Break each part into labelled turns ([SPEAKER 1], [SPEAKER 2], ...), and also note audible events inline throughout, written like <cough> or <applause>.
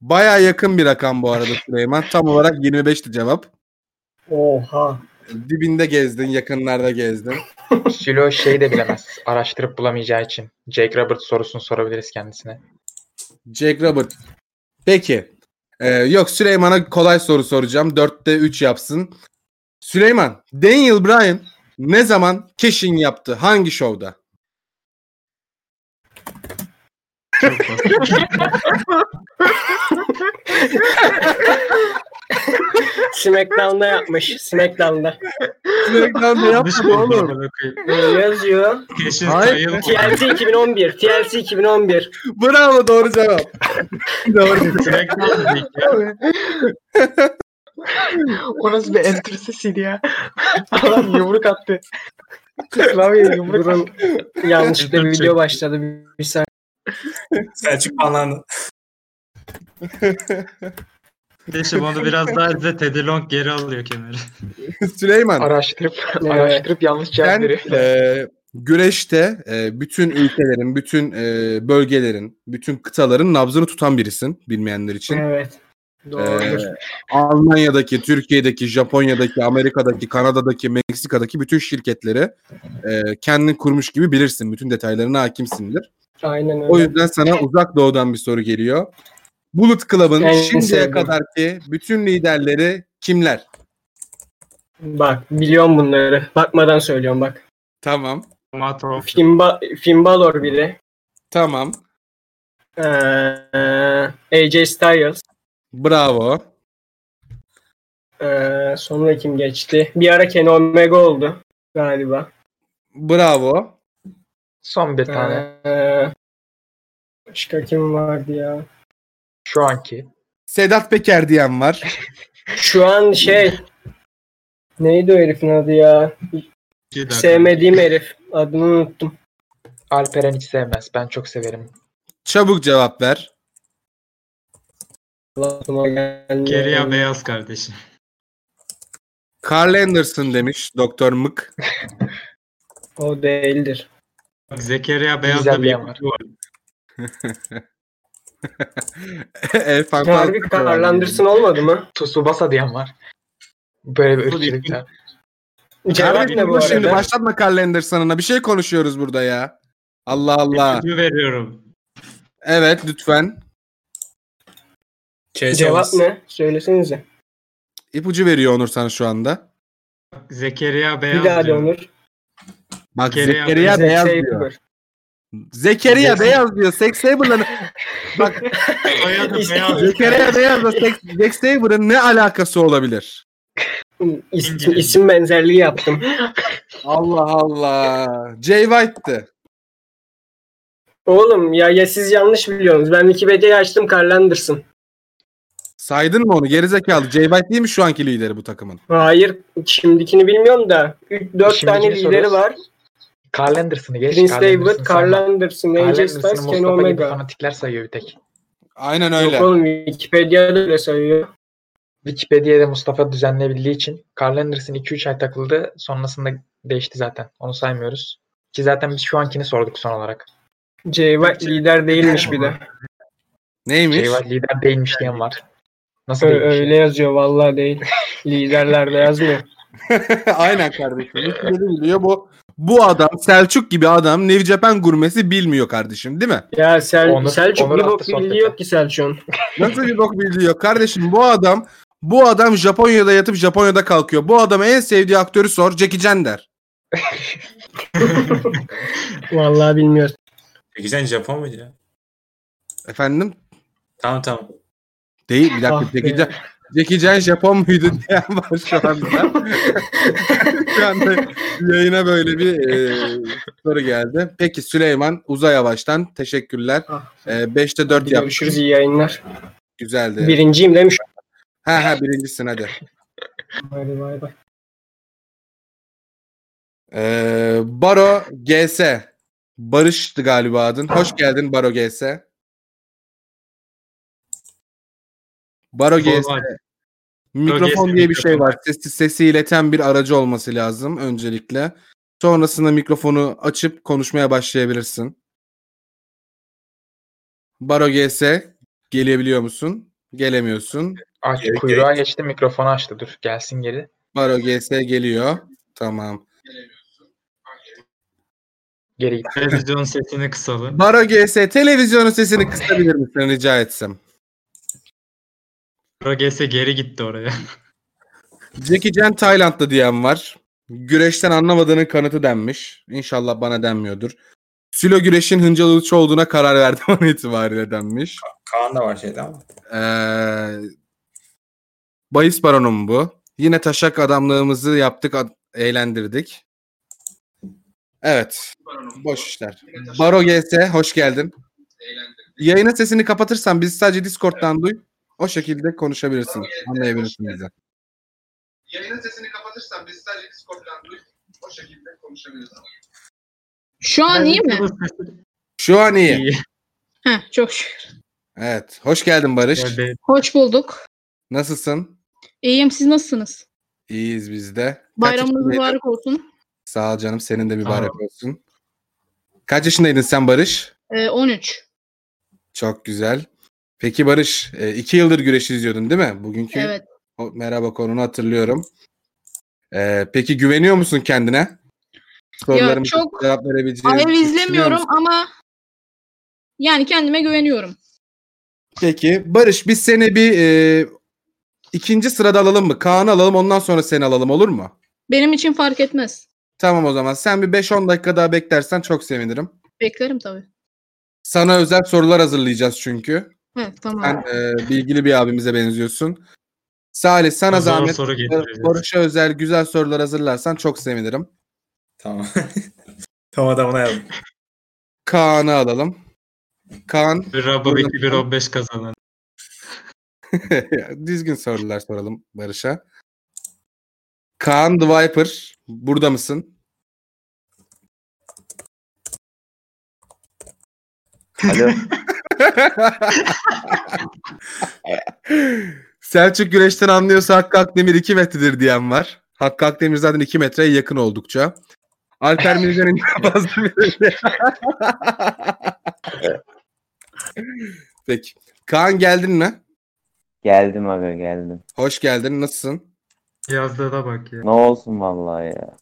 [SPEAKER 1] Baya yakın bir rakam bu arada Süleyman. Tam olarak 25'ti cevap.
[SPEAKER 2] Oha.
[SPEAKER 1] Dibinde gezdin, yakınlarda gezdin.
[SPEAKER 3] Sülo şey de bilemez. Araştırıp bulamayacağı için. Jake Roberts sorusunu sorabiliriz kendisine.
[SPEAKER 1] Jack Robert. Peki. Ee, yok Süleyman'a kolay soru soracağım. 4'te 3 yapsın. Süleyman, Daniel Bryan ne zaman keşin yaptı? Hangi şovda?
[SPEAKER 2] Smackdown'da yapmış. Smackdown'da.
[SPEAKER 1] Smackdown'da
[SPEAKER 4] <laughs>
[SPEAKER 1] yapmadı oğlum.
[SPEAKER 2] Ee, Yazıyor.
[SPEAKER 4] Keşin
[SPEAKER 1] Hayır.
[SPEAKER 2] <laughs>
[SPEAKER 4] sayıl.
[SPEAKER 2] TLC 2011. TLC 2011.
[SPEAKER 1] Bravo doğru cevap. <laughs> doğru.
[SPEAKER 4] Smackdown dedik ya.
[SPEAKER 3] O nasıl bir entrisesiydi ya. Adam yumruk attı. Klavyeye yumruk attı.
[SPEAKER 2] Durun. Yanlışlıkla bir video başladı. Bir, bir saniye.
[SPEAKER 5] Selçuk banlandı.
[SPEAKER 4] Keşin onu biraz daha izle. Teddy Long geri alıyor kemeri.
[SPEAKER 1] Süleyman,
[SPEAKER 3] Araştırıp, araştırıp yanlış cevap
[SPEAKER 1] sen
[SPEAKER 3] veriyor.
[SPEAKER 1] e, güreşte e, bütün ülkelerin, bütün e, bölgelerin, bütün kıtaların nabzını tutan birisin bilmeyenler için.
[SPEAKER 2] Evet. Doğru.
[SPEAKER 1] Ee, Almanya'daki, Türkiye'deki, Japonya'daki, Amerika'daki, Kanada'daki, Meksika'daki bütün şirketleri e, kendin kurmuş gibi bilirsin. Bütün detaylarına hakimsindir.
[SPEAKER 2] Aynen öyle.
[SPEAKER 1] O yüzden sana uzak doğudan bir soru geliyor. Bullet Club'ın
[SPEAKER 2] En
[SPEAKER 1] şimdiye
[SPEAKER 2] sevdiğim.
[SPEAKER 1] kadarki bütün liderleri kimler?
[SPEAKER 2] Bak biliyorum bunları. Bakmadan söylüyorum bak.
[SPEAKER 1] Tamam.
[SPEAKER 4] Mato.
[SPEAKER 2] Fimba, Fimbalor biri.
[SPEAKER 1] Tamam.
[SPEAKER 2] Ee, AJ Styles.
[SPEAKER 1] Bravo.
[SPEAKER 2] Ee, sonra kim geçti? Bir ara Kenny Omega oldu galiba.
[SPEAKER 1] Bravo.
[SPEAKER 3] Son bir tane.
[SPEAKER 2] Ee, başka kim vardı ya?
[SPEAKER 3] Şu anki.
[SPEAKER 1] Sedat Peker diyen var.
[SPEAKER 2] Şu an şey neydi o herifin adı ya?
[SPEAKER 4] İki dakika.
[SPEAKER 2] Sevmediğim herif. Adını unuttum.
[SPEAKER 3] Alperen hiç sevmez. Ben çok severim.
[SPEAKER 1] Çabuk cevap ver.
[SPEAKER 2] Aklıma gelmiyor.
[SPEAKER 4] Geriye beyaz kardeşim.
[SPEAKER 1] Carl Anderson demiş Doktor Mık. <laughs>
[SPEAKER 2] O değildir.
[SPEAKER 4] Bak Zekeriya Beyaz da
[SPEAKER 3] Güzel
[SPEAKER 4] bir
[SPEAKER 3] yan var.
[SPEAKER 4] yapıcı var.
[SPEAKER 1] El Fantasma falan
[SPEAKER 2] Harbi
[SPEAKER 1] diyor.
[SPEAKER 2] karlandırsın olmadı mı?
[SPEAKER 3] Tsubasa diyen var. Böyle bir
[SPEAKER 4] Bu bir-
[SPEAKER 3] ırkçılıklar.
[SPEAKER 2] Cevap ne Şey bu
[SPEAKER 1] Dur Şimdi
[SPEAKER 2] arada?
[SPEAKER 1] başlatma Carl Anderson'ına. Bir şey konuşuyoruz burada ya. Allah Allah.
[SPEAKER 4] İpucu veriyorum.
[SPEAKER 1] Evet lütfen.
[SPEAKER 5] Şey
[SPEAKER 2] Cevap
[SPEAKER 5] çalarız.
[SPEAKER 2] ne? Söylesenize.
[SPEAKER 1] İpucu veriyor Onur sana şu anda.
[SPEAKER 4] Bak Zekeriya Beyaz
[SPEAKER 2] Bir daha şey de
[SPEAKER 4] diyorum.
[SPEAKER 2] Onur.
[SPEAKER 1] Bak
[SPEAKER 4] Zekeriya
[SPEAKER 1] Zekeriya
[SPEAKER 2] Zack
[SPEAKER 1] Beyaz
[SPEAKER 2] Sabre.
[SPEAKER 1] diyor. Zekeriya
[SPEAKER 3] Zack-
[SPEAKER 1] Beyaz diyor. Zack Saber'la Bak
[SPEAKER 4] Bayağı
[SPEAKER 2] <laughs>
[SPEAKER 4] da
[SPEAKER 2] İşte-
[SPEAKER 4] beyaz.
[SPEAKER 1] Zekeriya Beyaz'la Zack Zack Saber'ın ne alakası olabilir?
[SPEAKER 2] İs- isim benzerliği yaptım. <laughs>
[SPEAKER 1] Allah Allah. Jay White'tı.
[SPEAKER 2] Oğlum ya ya siz yanlış biliyorsunuz. Ben Wikipedia'yı açtım karlandırsın.
[SPEAKER 1] Saydın mı onu? Gerizekalı. Jay White değil mi şu anki lideri bu takımın?
[SPEAKER 2] Hayır şimdikini bilmiyorum da 4
[SPEAKER 3] Şimdikini
[SPEAKER 2] tane lideri
[SPEAKER 3] soruyoruz.
[SPEAKER 2] var.
[SPEAKER 3] Carl Anderson'ı geç.
[SPEAKER 2] Prince
[SPEAKER 3] Carl
[SPEAKER 2] David,
[SPEAKER 3] Anderson'ı
[SPEAKER 2] Carl
[SPEAKER 3] sayma.
[SPEAKER 2] Anderson,
[SPEAKER 3] Carl
[SPEAKER 2] AJ
[SPEAKER 3] Anderson'ı
[SPEAKER 2] Styles, Kenny
[SPEAKER 3] Mustafa gibi
[SPEAKER 2] Omega.
[SPEAKER 3] fanatikler sayıyor bir tek.
[SPEAKER 1] Aynen
[SPEAKER 2] Yok
[SPEAKER 1] öyle.
[SPEAKER 2] oğlum Wikipedia'da öyle sayıyor.
[SPEAKER 3] Wikipedia'da Mustafa düzenleyebildiği için Carl Anderson 2-3 ay takıldı. Sonrasında değişti zaten. Onu saymıyoruz. Ki zaten biz şu ankini sorduk son olarak.
[SPEAKER 2] Jay White lider değilmiş bir de.
[SPEAKER 1] Neymiş?
[SPEAKER 3] Jay White lider değilmiş diyen var. Nasıl
[SPEAKER 2] Ö-
[SPEAKER 3] değilmiş?
[SPEAKER 2] öyle yazıyor vallahi değil. Liderlerde yazmıyor.
[SPEAKER 1] <laughs> Aynen kardeşim. Hiçbirini biliyor. Bu bu adam Selçuk gibi adam New Japan gurmesi bilmiyor kardeşim değil mi?
[SPEAKER 2] Ya Sel
[SPEAKER 3] Onur-
[SPEAKER 2] Selçuk
[SPEAKER 3] Onur
[SPEAKER 2] bir
[SPEAKER 3] attı
[SPEAKER 2] bok
[SPEAKER 3] sohbete.
[SPEAKER 2] bilgi yok ki Selçuk'un.
[SPEAKER 1] Nasıl bir bok biliyor kardeşim bu adam bu adam Japonya'da yatıp Japonya'da kalkıyor. Bu adamı en sevdiği aktörü sor Jackie Chan der.
[SPEAKER 2] Vallahi bilmiyor.
[SPEAKER 5] Peki sen Japon muydu ya?
[SPEAKER 1] Efendim?
[SPEAKER 5] Tamam tamam.
[SPEAKER 1] Değil bir dakika
[SPEAKER 2] Ah be.
[SPEAKER 1] Jackie Chan. Jackie Chan Japon muydu <laughs> diyen var şu anda. <laughs> şu anda yayına böyle bir e, soru geldi. Peki Süleyman Uzay Yavaş'tan teşekkürler.
[SPEAKER 2] Ah.
[SPEAKER 1] E, 5'te 4
[SPEAKER 2] Hadi
[SPEAKER 1] yap.
[SPEAKER 2] görüşürüz iyi yayınlar.
[SPEAKER 1] Güzeldi.
[SPEAKER 2] Birinciyim demiş.
[SPEAKER 1] Ha ha birincisin hadi.
[SPEAKER 2] Hadi bay bay.
[SPEAKER 1] Ee, Baro GS. Barış'tı galiba adın. Hoş geldin Baro GS. Baro GS.
[SPEAKER 4] Format.
[SPEAKER 1] Mikrofon
[SPEAKER 4] GS,
[SPEAKER 1] diye bir şey
[SPEAKER 4] mikrofon.
[SPEAKER 1] var. Sesi, sesi ileten bir aracı olması lazım öncelikle. Sonrasında mikrofonu açıp konuşmaya başlayabilirsin. Baro GS gelebiliyor musun? Gelemiyorsun.
[SPEAKER 3] Aç
[SPEAKER 5] Gerek-
[SPEAKER 3] kuyruğa
[SPEAKER 5] gerek-
[SPEAKER 3] geçti mikrofonu açtı dur gelsin geri.
[SPEAKER 1] Baro GS geliyor. Tamam.
[SPEAKER 3] Geri git.
[SPEAKER 4] Televizyon sesini kısalım.
[SPEAKER 1] Baro GS televizyonun sesini kısabilir misin rica etsem?
[SPEAKER 4] Rogese geri gitti oraya.
[SPEAKER 1] Jackie Chan Taylandlı diyen var. Güreşten anlamadığının kanıtı denmiş. İnşallah bana denmiyordur. Sülo güreşin hıncalı uç olduğuna karar verdim <laughs> an itibariyle denmiş.
[SPEAKER 5] Kaan da var şeyde ama.
[SPEAKER 1] Ee, Bayis baronum bu. Yine taşak adamlığımızı yaptık, ad- eğlendirdik. Evet. Boş işler. Baro GS hoş geldin. Yayına sesini kapatırsan biz sadece Discord'dan duy. O şekilde konuşabilirsin. Anlayabilirsin bizi.
[SPEAKER 6] Yayının sesini kapatırsan biz sadece Discord'dan duyup o şekilde konuşabiliriz.
[SPEAKER 7] Şu an iyi mi?
[SPEAKER 1] Şu an
[SPEAKER 4] <laughs>
[SPEAKER 1] iyi.
[SPEAKER 7] Heh, çok şükür.
[SPEAKER 1] Evet. Hoş geldin Barış.
[SPEAKER 4] Böyle
[SPEAKER 7] Hoş bulduk.
[SPEAKER 1] Nasılsın?
[SPEAKER 7] İyiyim siz nasılsınız?
[SPEAKER 1] İyiyiz biz de. Kaç
[SPEAKER 7] Bayramınız
[SPEAKER 1] yaşındaydın?
[SPEAKER 7] mübarek olsun.
[SPEAKER 1] Sağ ol canım. Senin de mübarek
[SPEAKER 4] Sağ
[SPEAKER 1] olsun. Kaç yaşındaydın sen Barış?
[SPEAKER 7] Ee, 13.
[SPEAKER 1] Çok güzel. Peki Barış, e, iki yıldır güreş izliyordun değil mi? Bugünkü
[SPEAKER 7] Evet.
[SPEAKER 1] o- merhaba konunu hatırlıyorum. E, peki güveniyor musun kendine? Sorularımı
[SPEAKER 7] çok-
[SPEAKER 1] cevap verebileceğini
[SPEAKER 7] Alev
[SPEAKER 1] düşünüyor
[SPEAKER 7] izlemiyorum
[SPEAKER 1] musun?
[SPEAKER 7] ama yani kendime güveniyorum.
[SPEAKER 1] Peki Barış biz seni bir e, ikinci sırada alalım mı? Kaan'ı alalım ondan sonra seni alalım olur mu?
[SPEAKER 7] Benim için fark etmez.
[SPEAKER 1] Tamam o zaman. Sen bir 5-10 dakika daha beklersen çok sevinirim.
[SPEAKER 7] Beklerim tabii.
[SPEAKER 1] Sana özel sorular hazırlayacağız çünkü.
[SPEAKER 7] Evet
[SPEAKER 1] Sen
[SPEAKER 7] tamam.
[SPEAKER 1] e, bilgili bir abimize benziyorsun. Salih sana
[SPEAKER 4] Zor
[SPEAKER 1] zahmet
[SPEAKER 4] soru getireceğiz.
[SPEAKER 1] Barış'a özel güzel sorular hazırlarsan çok sevinirim. <laughs>
[SPEAKER 5] Tamam. Tam adamına yazdım.
[SPEAKER 1] Kaan'ı alalım. Kaan
[SPEAKER 4] Bir Rabo 2-1-15 kazanan.
[SPEAKER 1] <laughs> düzgün sorular soralım Barış'a. Kaan The Viper burada mısın?
[SPEAKER 8] Alo.
[SPEAKER 1] <laughs> Selçuk güreşten anlıyorsa Hakkı Akdemir 2 metredir diyen var. Hakkı Akdemir zaten 2 metreye yakın oldukça. Alper Mirgan'ın fazla bir- Peki. Kaan geldin mi?
[SPEAKER 8] Geldim aga geldim.
[SPEAKER 1] Hoş geldin. Nasılsın?
[SPEAKER 4] Yazdığına bak ya.
[SPEAKER 8] Ne olsun vallahi ya.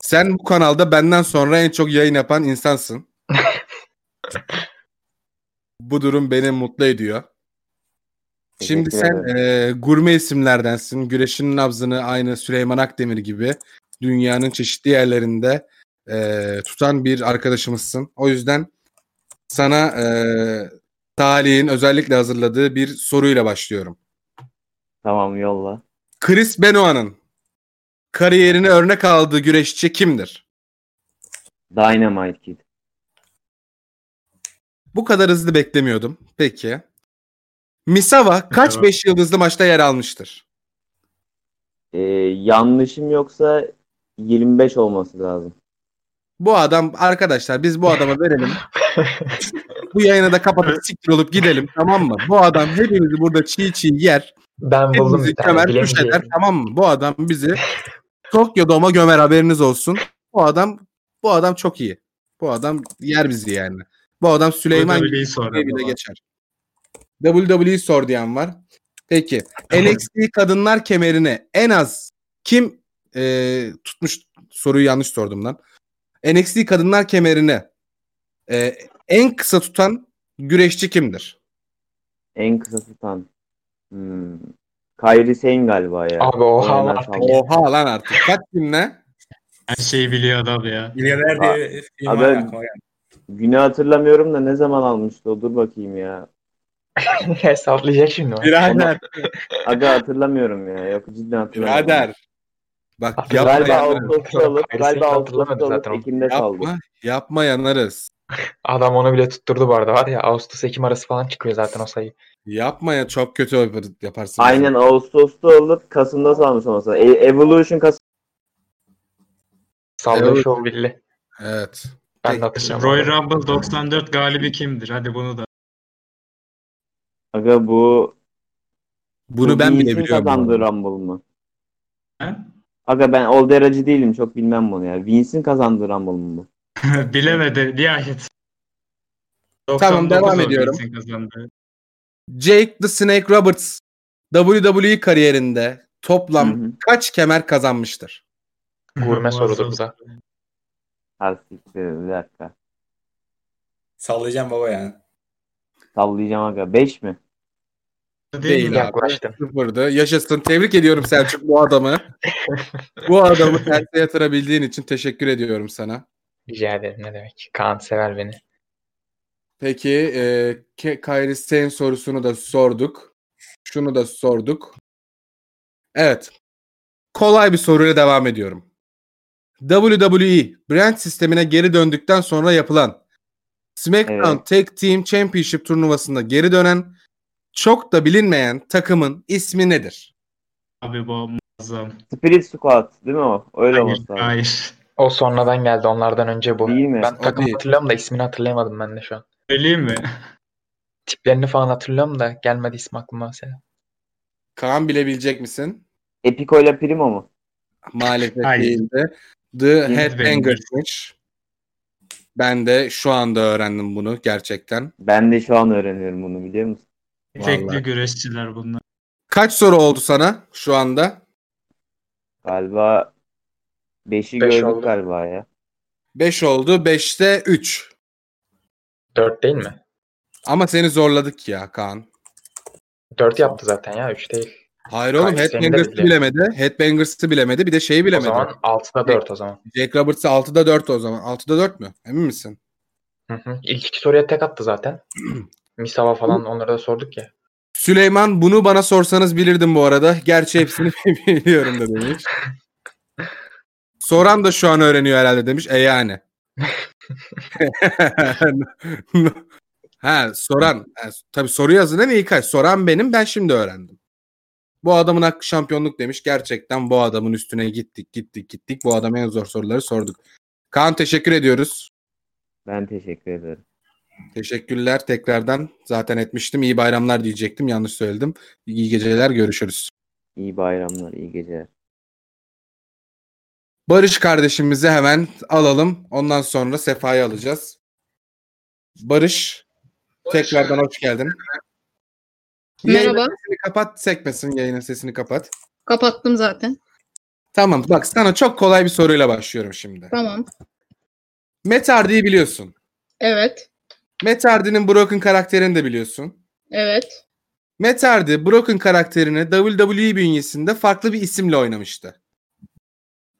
[SPEAKER 1] Sen bu kanalda benden sonra en çok yayın yapan
[SPEAKER 8] <laughs>
[SPEAKER 1] insansın. bu durum beni mutlu ediyor. Şimdi
[SPEAKER 8] Teşekkür
[SPEAKER 1] sen
[SPEAKER 8] ederim.
[SPEAKER 1] eee, gurme isimlerdensin. Güreşin nabzını aynı Süleyman Akdemir gibi dünyanın çeşitli yerlerinde eee, tutan bir arkadaşımızsın. O yüzden sana eee Salih'in özellikle hazırladığı bir soruyla başlıyorum.
[SPEAKER 8] Tamam yolla.
[SPEAKER 1] Chris Benoit'ın kariyerine örnek aldığı güreşçi kimdir?
[SPEAKER 8] Dynamite Kid.
[SPEAKER 1] Bu kadar hızlı beklemiyordum. Peki. Misawa kaç
[SPEAKER 4] Misawa.
[SPEAKER 1] 5 yıldızlı maçta yer almıştır?
[SPEAKER 8] Ee, yanlışım yoksa 25 olması lazım.
[SPEAKER 1] Bu adam arkadaşlar biz bu adama
[SPEAKER 3] <laughs>
[SPEAKER 1] verelim. bu yayını da kapatıp siktir olup gidelim tamam mı? Bu adam hepimizi burada çiğ çiğ yer.
[SPEAKER 3] Ben buldum
[SPEAKER 1] Hepimizi
[SPEAKER 3] bir tane
[SPEAKER 1] gömer kuş
[SPEAKER 3] bilemeyeceğim.
[SPEAKER 1] eder tamam mı? Bu adam bizi Tokyo Dome'a gömer haberiniz olsun. Bu adam bu adam çok iyi. Bu adam yer bizi yani. Bu adam Süleyman gibi
[SPEAKER 4] WWE'yi sonra.
[SPEAKER 1] diye bile geçer. WWE sor diyen var. Peki. NXT kadınlar kemerine en az kim e, tutmuş soruyu yanlış sordum lan. NXT kadınlar kemerine e, en kısa tutan güreşçi kimdir?
[SPEAKER 8] En kısa tutan. Hmm. Kairi Sane galiba ya.
[SPEAKER 3] Abi oha
[SPEAKER 8] Aynen,
[SPEAKER 3] artık.
[SPEAKER 8] tamam.
[SPEAKER 1] Oha lan artık. Kaç kimle?
[SPEAKER 4] Her şeyi biliyor adam ya.
[SPEAKER 5] Milyoner diye film var
[SPEAKER 8] Abi-
[SPEAKER 5] aklıma geldi.
[SPEAKER 8] Günü hatırlamıyorum da ne zaman almıştı o dur bakayım ya.
[SPEAKER 3] <laughs> Hesaplayacak şimdi. bak.
[SPEAKER 1] Birader.
[SPEAKER 8] Aga hatırlamıyorum ya. Yok cidden hatırlamıyorum.
[SPEAKER 1] Birader. Bak yapma
[SPEAKER 8] Galiba
[SPEAKER 1] yanarız.
[SPEAKER 8] Ağustos'ta alıp
[SPEAKER 3] Kairi
[SPEAKER 8] galiba
[SPEAKER 3] Sane'i
[SPEAKER 8] Ağustos'ta
[SPEAKER 3] hatırlamadı
[SPEAKER 8] alıp
[SPEAKER 3] zaten.
[SPEAKER 8] Ekim'de kaldı.
[SPEAKER 1] Yapma, yapma yanarız.
[SPEAKER 3] Adam onu bile tutturdu bu arada var ya Ağustos Ekim arası falan çıkıyor zaten o sayı.
[SPEAKER 1] Yapma ya çok kötü yapar- yaparsın.
[SPEAKER 8] Aynen Ağustos'ta alıp Kasım'da salmış olması. lazım. E- Evolution Kasım.
[SPEAKER 3] Sallıyor
[SPEAKER 1] Evet.
[SPEAKER 3] şov belli.
[SPEAKER 1] Evet.
[SPEAKER 3] Ben de hatırlıyorum.
[SPEAKER 4] Roy Rumble 94 galibi kimdir? Hadi bunu da. <laughs>
[SPEAKER 8] Aga bu
[SPEAKER 1] Bunu
[SPEAKER 8] bu
[SPEAKER 1] ben bile
[SPEAKER 8] Vince'in
[SPEAKER 1] biliyorum. bu
[SPEAKER 8] kazandığı
[SPEAKER 1] arada.
[SPEAKER 8] Rumble mı?
[SPEAKER 4] He?
[SPEAKER 8] Aga ben o derece değilim çok bilmem bunu ya. Vince'in kazandığı Rumble mı bu?
[SPEAKER 4] Bilemedi. Nihayet.
[SPEAKER 1] Tamam, devam
[SPEAKER 4] 99
[SPEAKER 1] ediyorum.
[SPEAKER 4] Ortiz kazandı.
[SPEAKER 1] Jake the Snake Roberts WWE kariyerinde toplam
[SPEAKER 8] Hı hı.
[SPEAKER 1] kaç kemer kazanmıştır?
[SPEAKER 3] Gurme sorudur bu da.
[SPEAKER 8] Ha, siktir, şey, bir dakika.
[SPEAKER 5] Sallayacağım baba yani.
[SPEAKER 8] Sallayacağım aga. 5 mi?
[SPEAKER 1] Değil
[SPEAKER 4] mi?
[SPEAKER 1] abi.
[SPEAKER 3] Yok uğraştım.
[SPEAKER 1] Sıfırdı. Yaşasın. Tebrik ediyorum Selçuk bu adamı. bu adamı terse yatırabildiğin için teşekkür ediyorum sana.
[SPEAKER 3] Rica ederim ne demek. Kaan sever beni.
[SPEAKER 1] Peki e, Ke- Kairi Sane sorusunu da sorduk. Şunu da sorduk. Evet. Kolay bir soruyla devam ediyorum. WWE brand sistemine geri döndükten sonra yapılan SmackDown
[SPEAKER 8] Evet.
[SPEAKER 1] Tag Team Championship turnuvasında geri dönen çok da bilinmeyen takımın ismi nedir?
[SPEAKER 4] Abi bu muazzam.
[SPEAKER 8] Spirit Squad değil mi o? Öyle
[SPEAKER 4] Hayır,
[SPEAKER 8] olması lazım.
[SPEAKER 4] hayır.
[SPEAKER 3] O sonradan geldi onlardan önce bu.
[SPEAKER 8] Değil mi?
[SPEAKER 3] Ben
[SPEAKER 1] O
[SPEAKER 3] takım
[SPEAKER 1] değil.
[SPEAKER 3] hatırlıyorum da ismini hatırlayamadım ben de şu an.
[SPEAKER 4] Söyleyeyim mi?
[SPEAKER 3] Tiplerini falan hatırlıyorum da gelmedi ismi aklıma mesela.
[SPEAKER 1] Kaan bilebilecek misin?
[SPEAKER 8] Epico ile Primo mu?
[SPEAKER 1] Maalesef
[SPEAKER 4] Hayır.
[SPEAKER 1] değildi. The
[SPEAKER 4] Yeni
[SPEAKER 1] Headbanger'mış. Ben de şu anda öğrendim bunu gerçekten.
[SPEAKER 8] Ben de şu an öğreniyorum bunu biliyor musun?
[SPEAKER 4] Tekli
[SPEAKER 1] Vallahi.
[SPEAKER 4] güreşçiler bunlar.
[SPEAKER 1] Kaç soru oldu sana şu anda?
[SPEAKER 8] Galiba 5'i
[SPEAKER 3] Beş
[SPEAKER 8] gördük
[SPEAKER 3] oldu.
[SPEAKER 8] galiba ya.
[SPEAKER 1] 5 oldu. 5'te 3.
[SPEAKER 3] Dört değil mi?
[SPEAKER 1] Ama seni zorladık ya Kaan.
[SPEAKER 3] Dört yaptı zaten ya. Üç değil.
[SPEAKER 1] Hayır oğlum
[SPEAKER 3] Hayır, seni de
[SPEAKER 1] Headbangers'ı
[SPEAKER 3] bilemedi.
[SPEAKER 1] bilemedi. Headbangers'ı bilemedi. Bir de şeyi bilemedi.
[SPEAKER 3] şey. O zaman altıda dört o zaman.
[SPEAKER 1] Jack Roberts'ı 6'da 4 o zaman. 6'da 4 mü? Emin misin?
[SPEAKER 3] Hı hı. İlk iki soruya tek attı zaten. Misava falan onlara da sorduk ya.
[SPEAKER 1] Süleyman bunu bana sorsanız bilirdim bu arada. Gerçi hepsini <laughs> biliyorum da demiş. Soran da şu an öğreniyor herhalde demiş. E yani. <laughs> ha soran. Ha, Tabii soru yazın iyi kaç. Soran benim ben şimdi öğrendim. Bu adamın hakkı şampiyonluk demiş. Gerçekten bu adamın üstüne gittik gittik gittik. Bu adama en zor soruları sorduk. Kaan teşekkür ediyoruz.
[SPEAKER 8] Ben teşekkür ederim.
[SPEAKER 1] Teşekkürler tekrardan. Zaten etmiştim. İyi bayramlar diyecektim. Yanlış söyledim. İyi geceler. Görüşürüz.
[SPEAKER 8] İyi bayramlar, iyi geceler.
[SPEAKER 1] Barış kardeşimizi hemen alalım. Ondan sonra Sefa'yı alacağız. Barış tekrardan hoş geldin.
[SPEAKER 7] Merhaba.
[SPEAKER 1] Yayının sesini kapat. Sekmesin yayının sesini kapat.
[SPEAKER 7] Kapattım zaten.
[SPEAKER 1] Tamam bak sana çok kolay bir soruyla başlıyorum şimdi.
[SPEAKER 7] Tamam.
[SPEAKER 1] Metardi'yi biliyorsun.
[SPEAKER 7] Evet.
[SPEAKER 1] Metardi'nin Broken karakterini de biliyorsun.
[SPEAKER 7] Evet.
[SPEAKER 1] Metardi Broken karakterini WWE bünyesinde farklı bir isimle oynamıştı.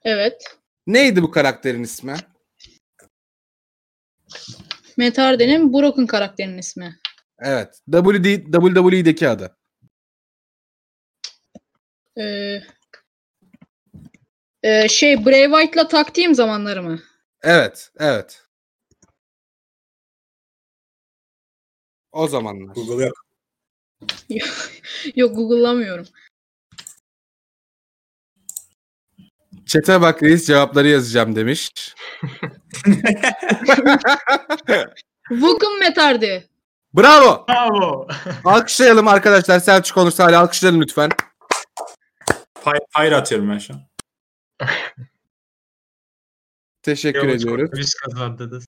[SPEAKER 7] Evet.
[SPEAKER 1] Neydi bu karakterin ismi?
[SPEAKER 7] Metarden'in Brock'un karakterinin ismi.
[SPEAKER 1] Evet. WD, WWE'deki adı.
[SPEAKER 7] Ee, e, şey Bray Wyatt'la taktiğim zamanları mı? <laughs>
[SPEAKER 1] Evet. Evet. O zamanlar.
[SPEAKER 5] Google yok.
[SPEAKER 7] Yok Google'lamıyorum.
[SPEAKER 1] Çete bak reis cevapları yazacağım demiş.
[SPEAKER 7] Vulcan Metardi.
[SPEAKER 1] Bravo.
[SPEAKER 4] Bravo.
[SPEAKER 1] Alkışlayalım arkadaşlar. Selçuk olursa hala alkışlayalım lütfen.
[SPEAKER 5] Pay, payra atıyorum ben şu an.
[SPEAKER 1] Teşekkür
[SPEAKER 4] Yavuz
[SPEAKER 1] ediyoruz.
[SPEAKER 4] Kurtuluş kazandınız.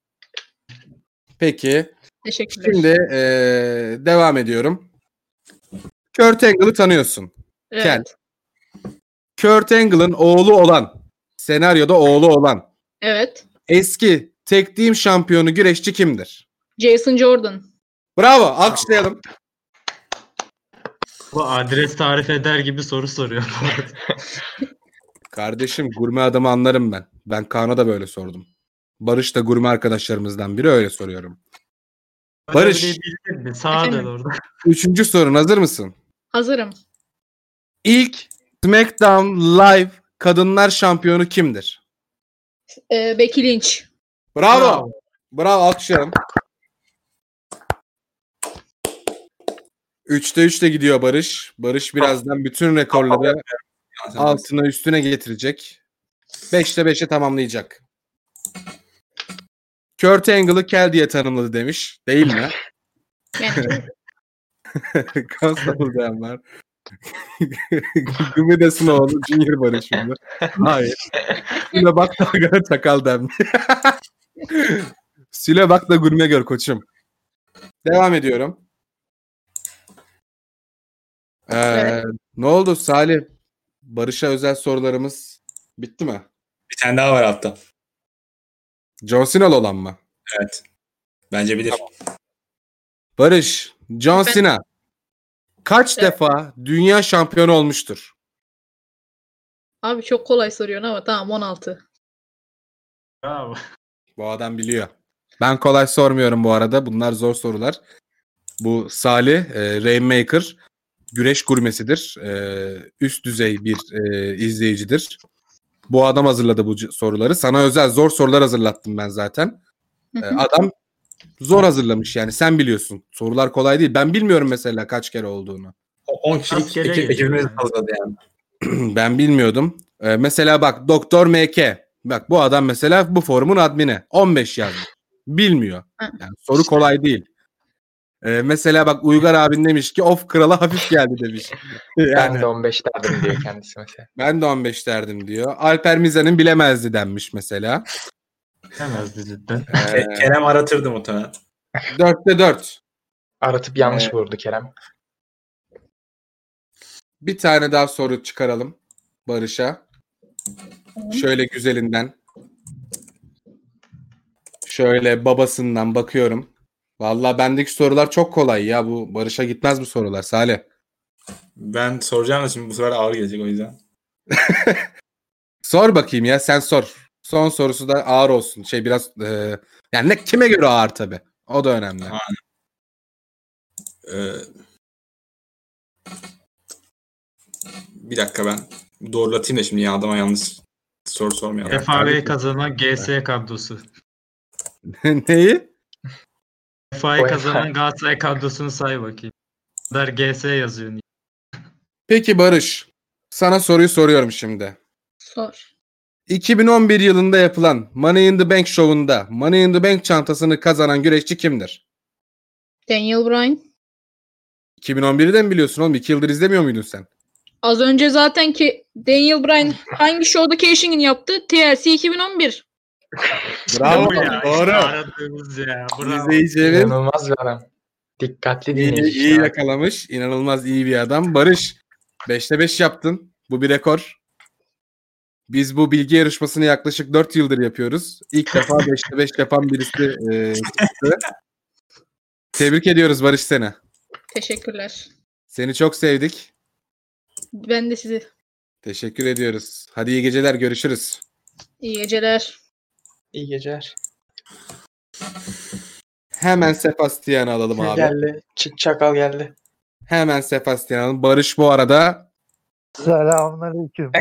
[SPEAKER 1] Peki.
[SPEAKER 7] Teşekkürler.
[SPEAKER 1] Şimdi eee, devam ediyorum. Kurt Angle'ı tanıyorsun.
[SPEAKER 7] evet.
[SPEAKER 1] Kel. Kurt Angle'ın oğlu olan, senaryoda oğlu olan
[SPEAKER 7] Evet.
[SPEAKER 1] eski tek team şampiyonu güreşçi kimdir?
[SPEAKER 7] Jason Jordan.
[SPEAKER 1] Bravo. Alkışlayalım.
[SPEAKER 4] Bu adres tarif eder gibi soru soruyor. <laughs> bu arada.
[SPEAKER 1] Kardeşim gurme adamı anlarım ben. Ben Kaan'a da böyle sordum. Barış da gurme arkadaşlarımızdan biri öyle soruyorum. Barış.
[SPEAKER 4] Öyle bildin mi? Sağa dön
[SPEAKER 7] Efendim?
[SPEAKER 4] orada. <laughs>
[SPEAKER 1] Üçüncü sorun hazır mısın?
[SPEAKER 7] Hazırım.
[SPEAKER 1] İlk SmackDown Live Kadınlar Şampiyonu kimdir?
[SPEAKER 7] Ee, Becky Lynch.
[SPEAKER 1] Bravo. Bravo, alkışlayalım. Üçte üçte gidiyor Barış. Barış birazdan bütün rekorları
[SPEAKER 5] Yani sen-
[SPEAKER 1] altına üstüne getirecek. Beşte beşe tamamlayacak. Kurt Angle'ı kel diye tanımladı demiş. Değil mi?
[SPEAKER 7] Yani
[SPEAKER 1] Constable diyen var. Gümüdes'in oğlu Junior Barış şimdi. Hayır. Süle bak da gara çakal <laughs> denmiş. Süle bak da gurme gör koçum. Devam ediyorum. Ee,
[SPEAKER 7] Evet.
[SPEAKER 1] Ne oldu Salih? Barış'a özel sorularımız bitti mi?
[SPEAKER 5] Bir tane daha var altta.
[SPEAKER 1] John Cena'lı olan mı?
[SPEAKER 5] Evet. Bence bilir.
[SPEAKER 1] Barış, John
[SPEAKER 7] Ben-
[SPEAKER 1] Cena kaç
[SPEAKER 7] Evet.
[SPEAKER 1] defa dünya şampiyonu olmuştur?
[SPEAKER 7] Abi çok kolay soruyorsun ama tamam 16.
[SPEAKER 4] Bravo.
[SPEAKER 1] Bu adam biliyor. Ben kolay sormuyorum bu arada. Bunlar zor sorular. Bu Salih, e, Rainmaker, güreş gurmesidir. E, üst düzey bir e, izleyicidir. Bu adam hazırladı bu c- soruları. Sana özel zor sorular hazırlattım ben zaten.
[SPEAKER 7] Hı
[SPEAKER 1] E,
[SPEAKER 7] hı.
[SPEAKER 1] adam zor hazırlamış yani sen biliyorsun. Sorular kolay değil. Ben bilmiyorum mesela kaç kere olduğunu.
[SPEAKER 5] 10 kişilik
[SPEAKER 4] Askere
[SPEAKER 5] ekip,
[SPEAKER 4] gidiyor
[SPEAKER 5] ekibimiz
[SPEAKER 4] yani.
[SPEAKER 5] hazırladı yani.
[SPEAKER 1] <clears throat> Ben bilmiyordum. Ee, mesela bak Doktor MK. Bak bu adam mesela bu forumun admini. 15 yazmış. Bilmiyor.
[SPEAKER 7] Hı.
[SPEAKER 1] Yani soru kolay değil. Ee, mesela bak Uygar abin demiş ki of krala hafif geldi demiş.
[SPEAKER 3] Ben
[SPEAKER 1] Yani
[SPEAKER 3] de 15 derdim diyor kendisi mesela.
[SPEAKER 1] ben de 15 derdim diyor. Alper Mizan'ın bilemezdi denmiş mesela.
[SPEAKER 4] Demezdi <laughs> cidden.
[SPEAKER 5] <laughs>
[SPEAKER 1] Ee,
[SPEAKER 5] Ke- Kerem aratırdı muhtemelen.
[SPEAKER 1] 4'te 4.
[SPEAKER 3] Aratıp yanlış vurdu Kerem.
[SPEAKER 1] Bir tane daha soru çıkaralım Barış'a. Şöyle güzelinden. Şöyle babasından bakıyorum. Vallahi bendeki sorular çok kolay ya. Bu Barış'a gitmez bu sorular Salih.
[SPEAKER 5] Ben soracağım da şimdi bu sefer ağır gelecek o yüzden.
[SPEAKER 1] Sor bakayım ya sen sor. Son sorusu da ağır olsun. Şey biraz e, yani ne kime göre ağır tabii. O da önemli.
[SPEAKER 5] Ha. Ee, bir dakika ben doğrulatayım da şimdi ya adama yanlış soru sormayalım.
[SPEAKER 4] FA'yı kazanan GS kadrosu.
[SPEAKER 1] <laughs> Neyi?
[SPEAKER 4] FA'yı
[SPEAKER 3] O
[SPEAKER 4] kazanan Galatasaray kadrosunu say bakayım. Der GS yazıyor. niye?
[SPEAKER 1] Peki Barış, sana soruyu soruyorum şimdi.
[SPEAKER 7] Sor.
[SPEAKER 1] 2011 yılında yapılan Money in the Bank şovunda Money in the Bank çantasını kazanan güreşçi kimdir?
[SPEAKER 7] Daniel Bryan.
[SPEAKER 1] 2011'de mi biliyorsun oğlum? 2 yıldır izlemiyor muydun sen?
[SPEAKER 7] Az önce zaten ki Daniel Bryan hangi şovda cashing'ini yaptı? TLC 2011.
[SPEAKER 1] Bravo,
[SPEAKER 4] Bu ya,
[SPEAKER 1] doğru.
[SPEAKER 4] işte aradığımız ya. Bravo.
[SPEAKER 1] İzleyicilerin
[SPEAKER 3] İnanılmaz bir adam. Dikkatli
[SPEAKER 1] iyi,
[SPEAKER 3] dinleyici.
[SPEAKER 1] iyi yakalamış. İnanılmaz iyi bir adam. Barış 5'te 5 yaptın. Bu bir rekor. Biz bu bilgi yarışmasını yaklaşık 4 yıldır yapıyoruz. İlk
[SPEAKER 4] <laughs>
[SPEAKER 1] defa 5'te 5 yapan birisi e, çıktı. Tebrik ediyoruz Barış seni.
[SPEAKER 7] Teşekkürler.
[SPEAKER 1] Seni çok sevdik.
[SPEAKER 7] Ben de sizi
[SPEAKER 1] Teşekkür ediyoruz. Hadi iyi geceler görüşürüz.
[SPEAKER 7] iyi geceler.
[SPEAKER 3] İyi geceler.
[SPEAKER 1] Hemen Sebastian'ı alalım abi.
[SPEAKER 3] Geldi. Çıt çakal geldi.
[SPEAKER 1] Hemen Sebastian alalım. Barış bu arada.
[SPEAKER 9] Selamünaleyküm.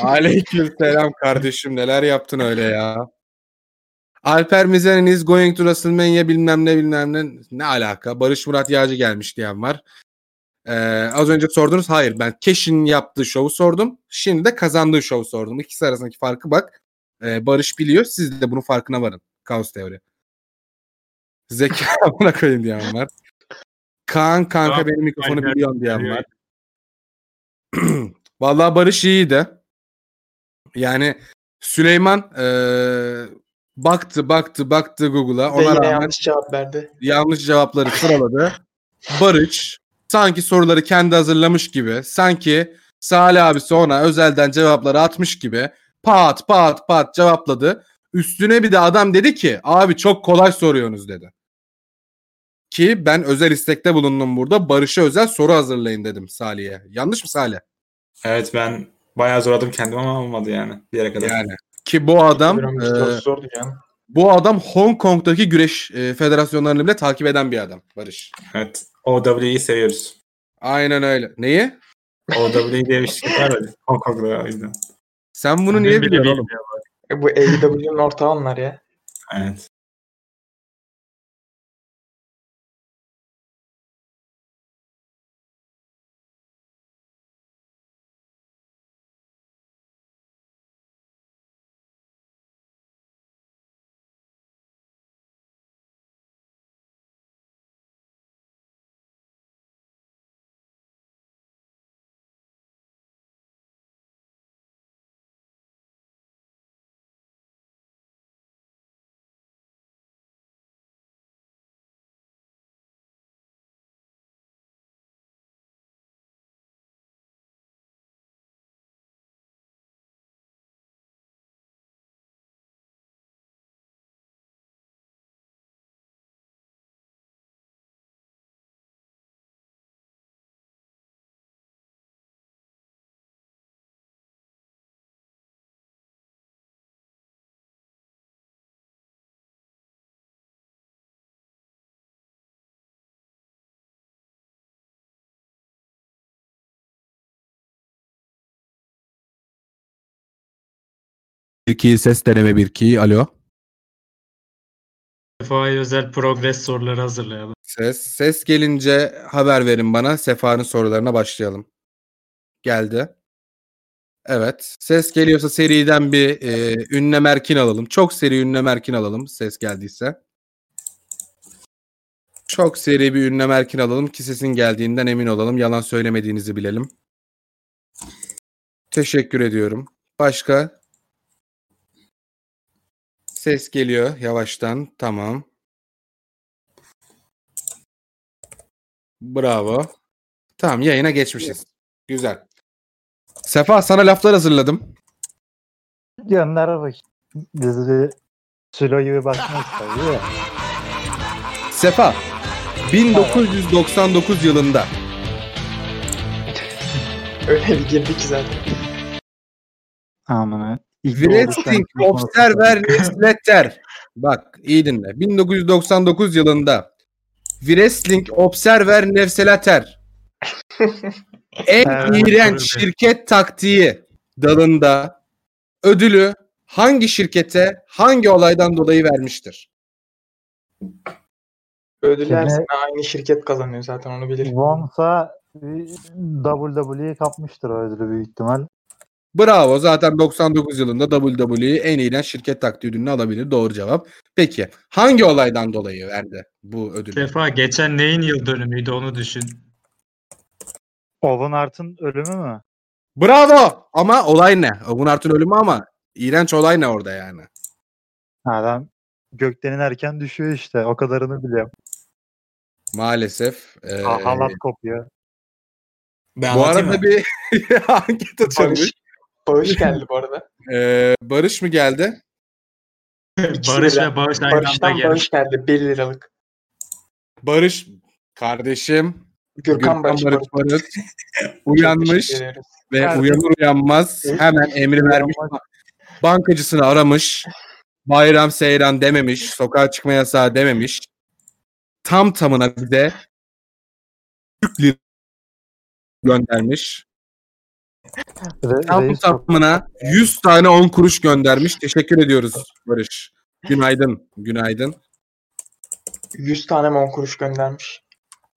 [SPEAKER 1] Aleykümselam kardeşim. Neler yaptın öyle ya? Alper Mizen is going to WrestleMania bilmem ne bilmem ne. Ne alaka? Barış Murat Yağcı gelmiş diyen var. Ee, az önce sordunuz. Hayır ben Keş'in yaptığı şovu sordum. Şimdi de kazandığı şovu sordum. İkisi arasındaki farkı bak. Ee, Barış biliyor. Siz de bunun farkına varın. Kaos teori. Zeka <laughs> buna koyayım diyen var. Kaan kanka
[SPEAKER 4] Tamam.
[SPEAKER 1] benim mikrofonu
[SPEAKER 4] Aynen.
[SPEAKER 1] biliyorum diyen var. <clears throat> Vallahi Barış iyiydi. Yani Süleyman eee, baktı baktı baktı Google'a.
[SPEAKER 3] Ve
[SPEAKER 1] Ona
[SPEAKER 3] yine
[SPEAKER 1] rağmen yanlış.
[SPEAKER 3] yanlış cevap verdi.
[SPEAKER 1] cevapları sıraladı. Barış sanki soruları kendi hazırlamış gibi. Sanki Salih abisi ona özelden cevapları atmış gibi. Pat pat pat cevapladı. Üstüne bir de adam dedi ki abi çok kolay soruyorsunuz dedi. Ki ben özel istekte bulundum burada. Barış'a özel soru hazırlayın dedim Salih'e. Yanlış mı Salih?
[SPEAKER 5] Evet ben bayağı zorladım kendimi ama olmadı yani bir yere kadar.
[SPEAKER 1] Yani. Ki bu adam
[SPEAKER 3] Öbür oyuncu
[SPEAKER 1] eee,
[SPEAKER 3] sorusu zordu canım.
[SPEAKER 1] Bu adam Hong Kong'daki güreş e, federasyonlarını bile takip eden bir adam Barış.
[SPEAKER 5] Evet. OW'yi seviyoruz.
[SPEAKER 1] Aynen öyle. Neyi?
[SPEAKER 5] OW diye bir şey var ya. Hong Kong'da o yüzden.
[SPEAKER 1] Sen bunu
[SPEAKER 4] Ben
[SPEAKER 1] niye
[SPEAKER 4] bile
[SPEAKER 1] biliyorsun oğlum?
[SPEAKER 4] bilmiyorum.
[SPEAKER 3] E, Bu AEW'nin ortağı onlar ya.
[SPEAKER 5] Evet.
[SPEAKER 1] 2 ses deneme 1 2 alo.
[SPEAKER 4] Sefa'ya özel progres soruları hazırlayalım.
[SPEAKER 1] Ses ses gelince haber verin bana. Sefa'nın sorularına başlayalım. Geldi. Evet. Ses geliyorsa seriden bir e, ünlem erkin alalım. Çok seri ünlem erkin alalım ses geldiyse. Çok seri bir ünlem erkin alalım ki sesin geldiğinden emin olalım. Yalan söylemediğinizi bilelim. Teşekkür ediyorum. Başka? Ses geliyor yavaştan. Tamam. Bravo. Tamam yayına geçmişiz. Güzel. Sefa sana laflar hazırladım.
[SPEAKER 9] Yanlara bak. Dizi Sülo gibi bakmak istiyor ya.
[SPEAKER 1] Sefa 1999 yılında
[SPEAKER 3] Öyle bir girdi ki zaten.
[SPEAKER 9] Amına.
[SPEAKER 1] Wrestling Observer Newsletter. Bak iyi dinle. 1999 yılında Wrestling Observer Newsletter. en
[SPEAKER 4] Evet,
[SPEAKER 1] iğrenç
[SPEAKER 4] öyle.
[SPEAKER 1] şirket taktiği dalında ödülü hangi şirkete hangi olaydan dolayı vermiştir?
[SPEAKER 3] Ödüller
[SPEAKER 9] Şimdi-
[SPEAKER 3] sene aynı şirket kazanıyor zaten onu bilirim.
[SPEAKER 9] Vonsa WWE'yi kapmıştır o ödülü büyük ihtimal.
[SPEAKER 1] Bravo. Zaten 99 yılında WWE en iğrenç şirket taktiği ödülünü alabilir. Doğru cevap. Peki hangi olaydan dolayı verdi bu ödülü?
[SPEAKER 4] Sefa geçen neyin yıl dönümüydü onu düşün.
[SPEAKER 9] Owen Hart'ın ölümü mü?
[SPEAKER 1] Bravo. Ama olay ne? Ogun Art'ın ölümü ama iğrenç olay ne orada yani?
[SPEAKER 9] Adam gökten inerken düşüyor işte. O kadarını biliyorum.
[SPEAKER 1] Maalesef. e,
[SPEAKER 9] Ha- Halat kopuyor.
[SPEAKER 5] Ben
[SPEAKER 1] bu
[SPEAKER 5] anlatayım mı?
[SPEAKER 1] arada bir <laughs> anket açılmış.
[SPEAKER 3] Bağış, bağış geldi bu arada.
[SPEAKER 1] E, Barış mı geldi?
[SPEAKER 3] İkisi
[SPEAKER 4] Barış
[SPEAKER 3] birden.
[SPEAKER 4] ve Barış aynı anda
[SPEAKER 3] Barış'tan
[SPEAKER 4] gelmiş.
[SPEAKER 3] bağış geldi 1 liralık.
[SPEAKER 1] Barış kardeşim.
[SPEAKER 3] Gürkan, Barış, Barış.
[SPEAKER 1] Barış, Barış
[SPEAKER 3] Çok
[SPEAKER 1] uyanmış
[SPEAKER 3] teşekkür ediyoruz.
[SPEAKER 1] ve
[SPEAKER 9] Kardeşim. E,
[SPEAKER 1] uyanır uyanmaz hemen emri vermiş. Bankacısını aramış. Bayram seyran dememiş. Sokağa çıkma yasağı dememiş. Tam tamına bize Türk lirası göndermiş.
[SPEAKER 9] Re-
[SPEAKER 1] Tam
[SPEAKER 9] reis çok-
[SPEAKER 1] tamına 100 tane 10 kuruş göndermiş. Teşekkür ediyoruz Barış. Günaydın. Günaydın.
[SPEAKER 3] 100 tane mi 10 kuruş göndermiş.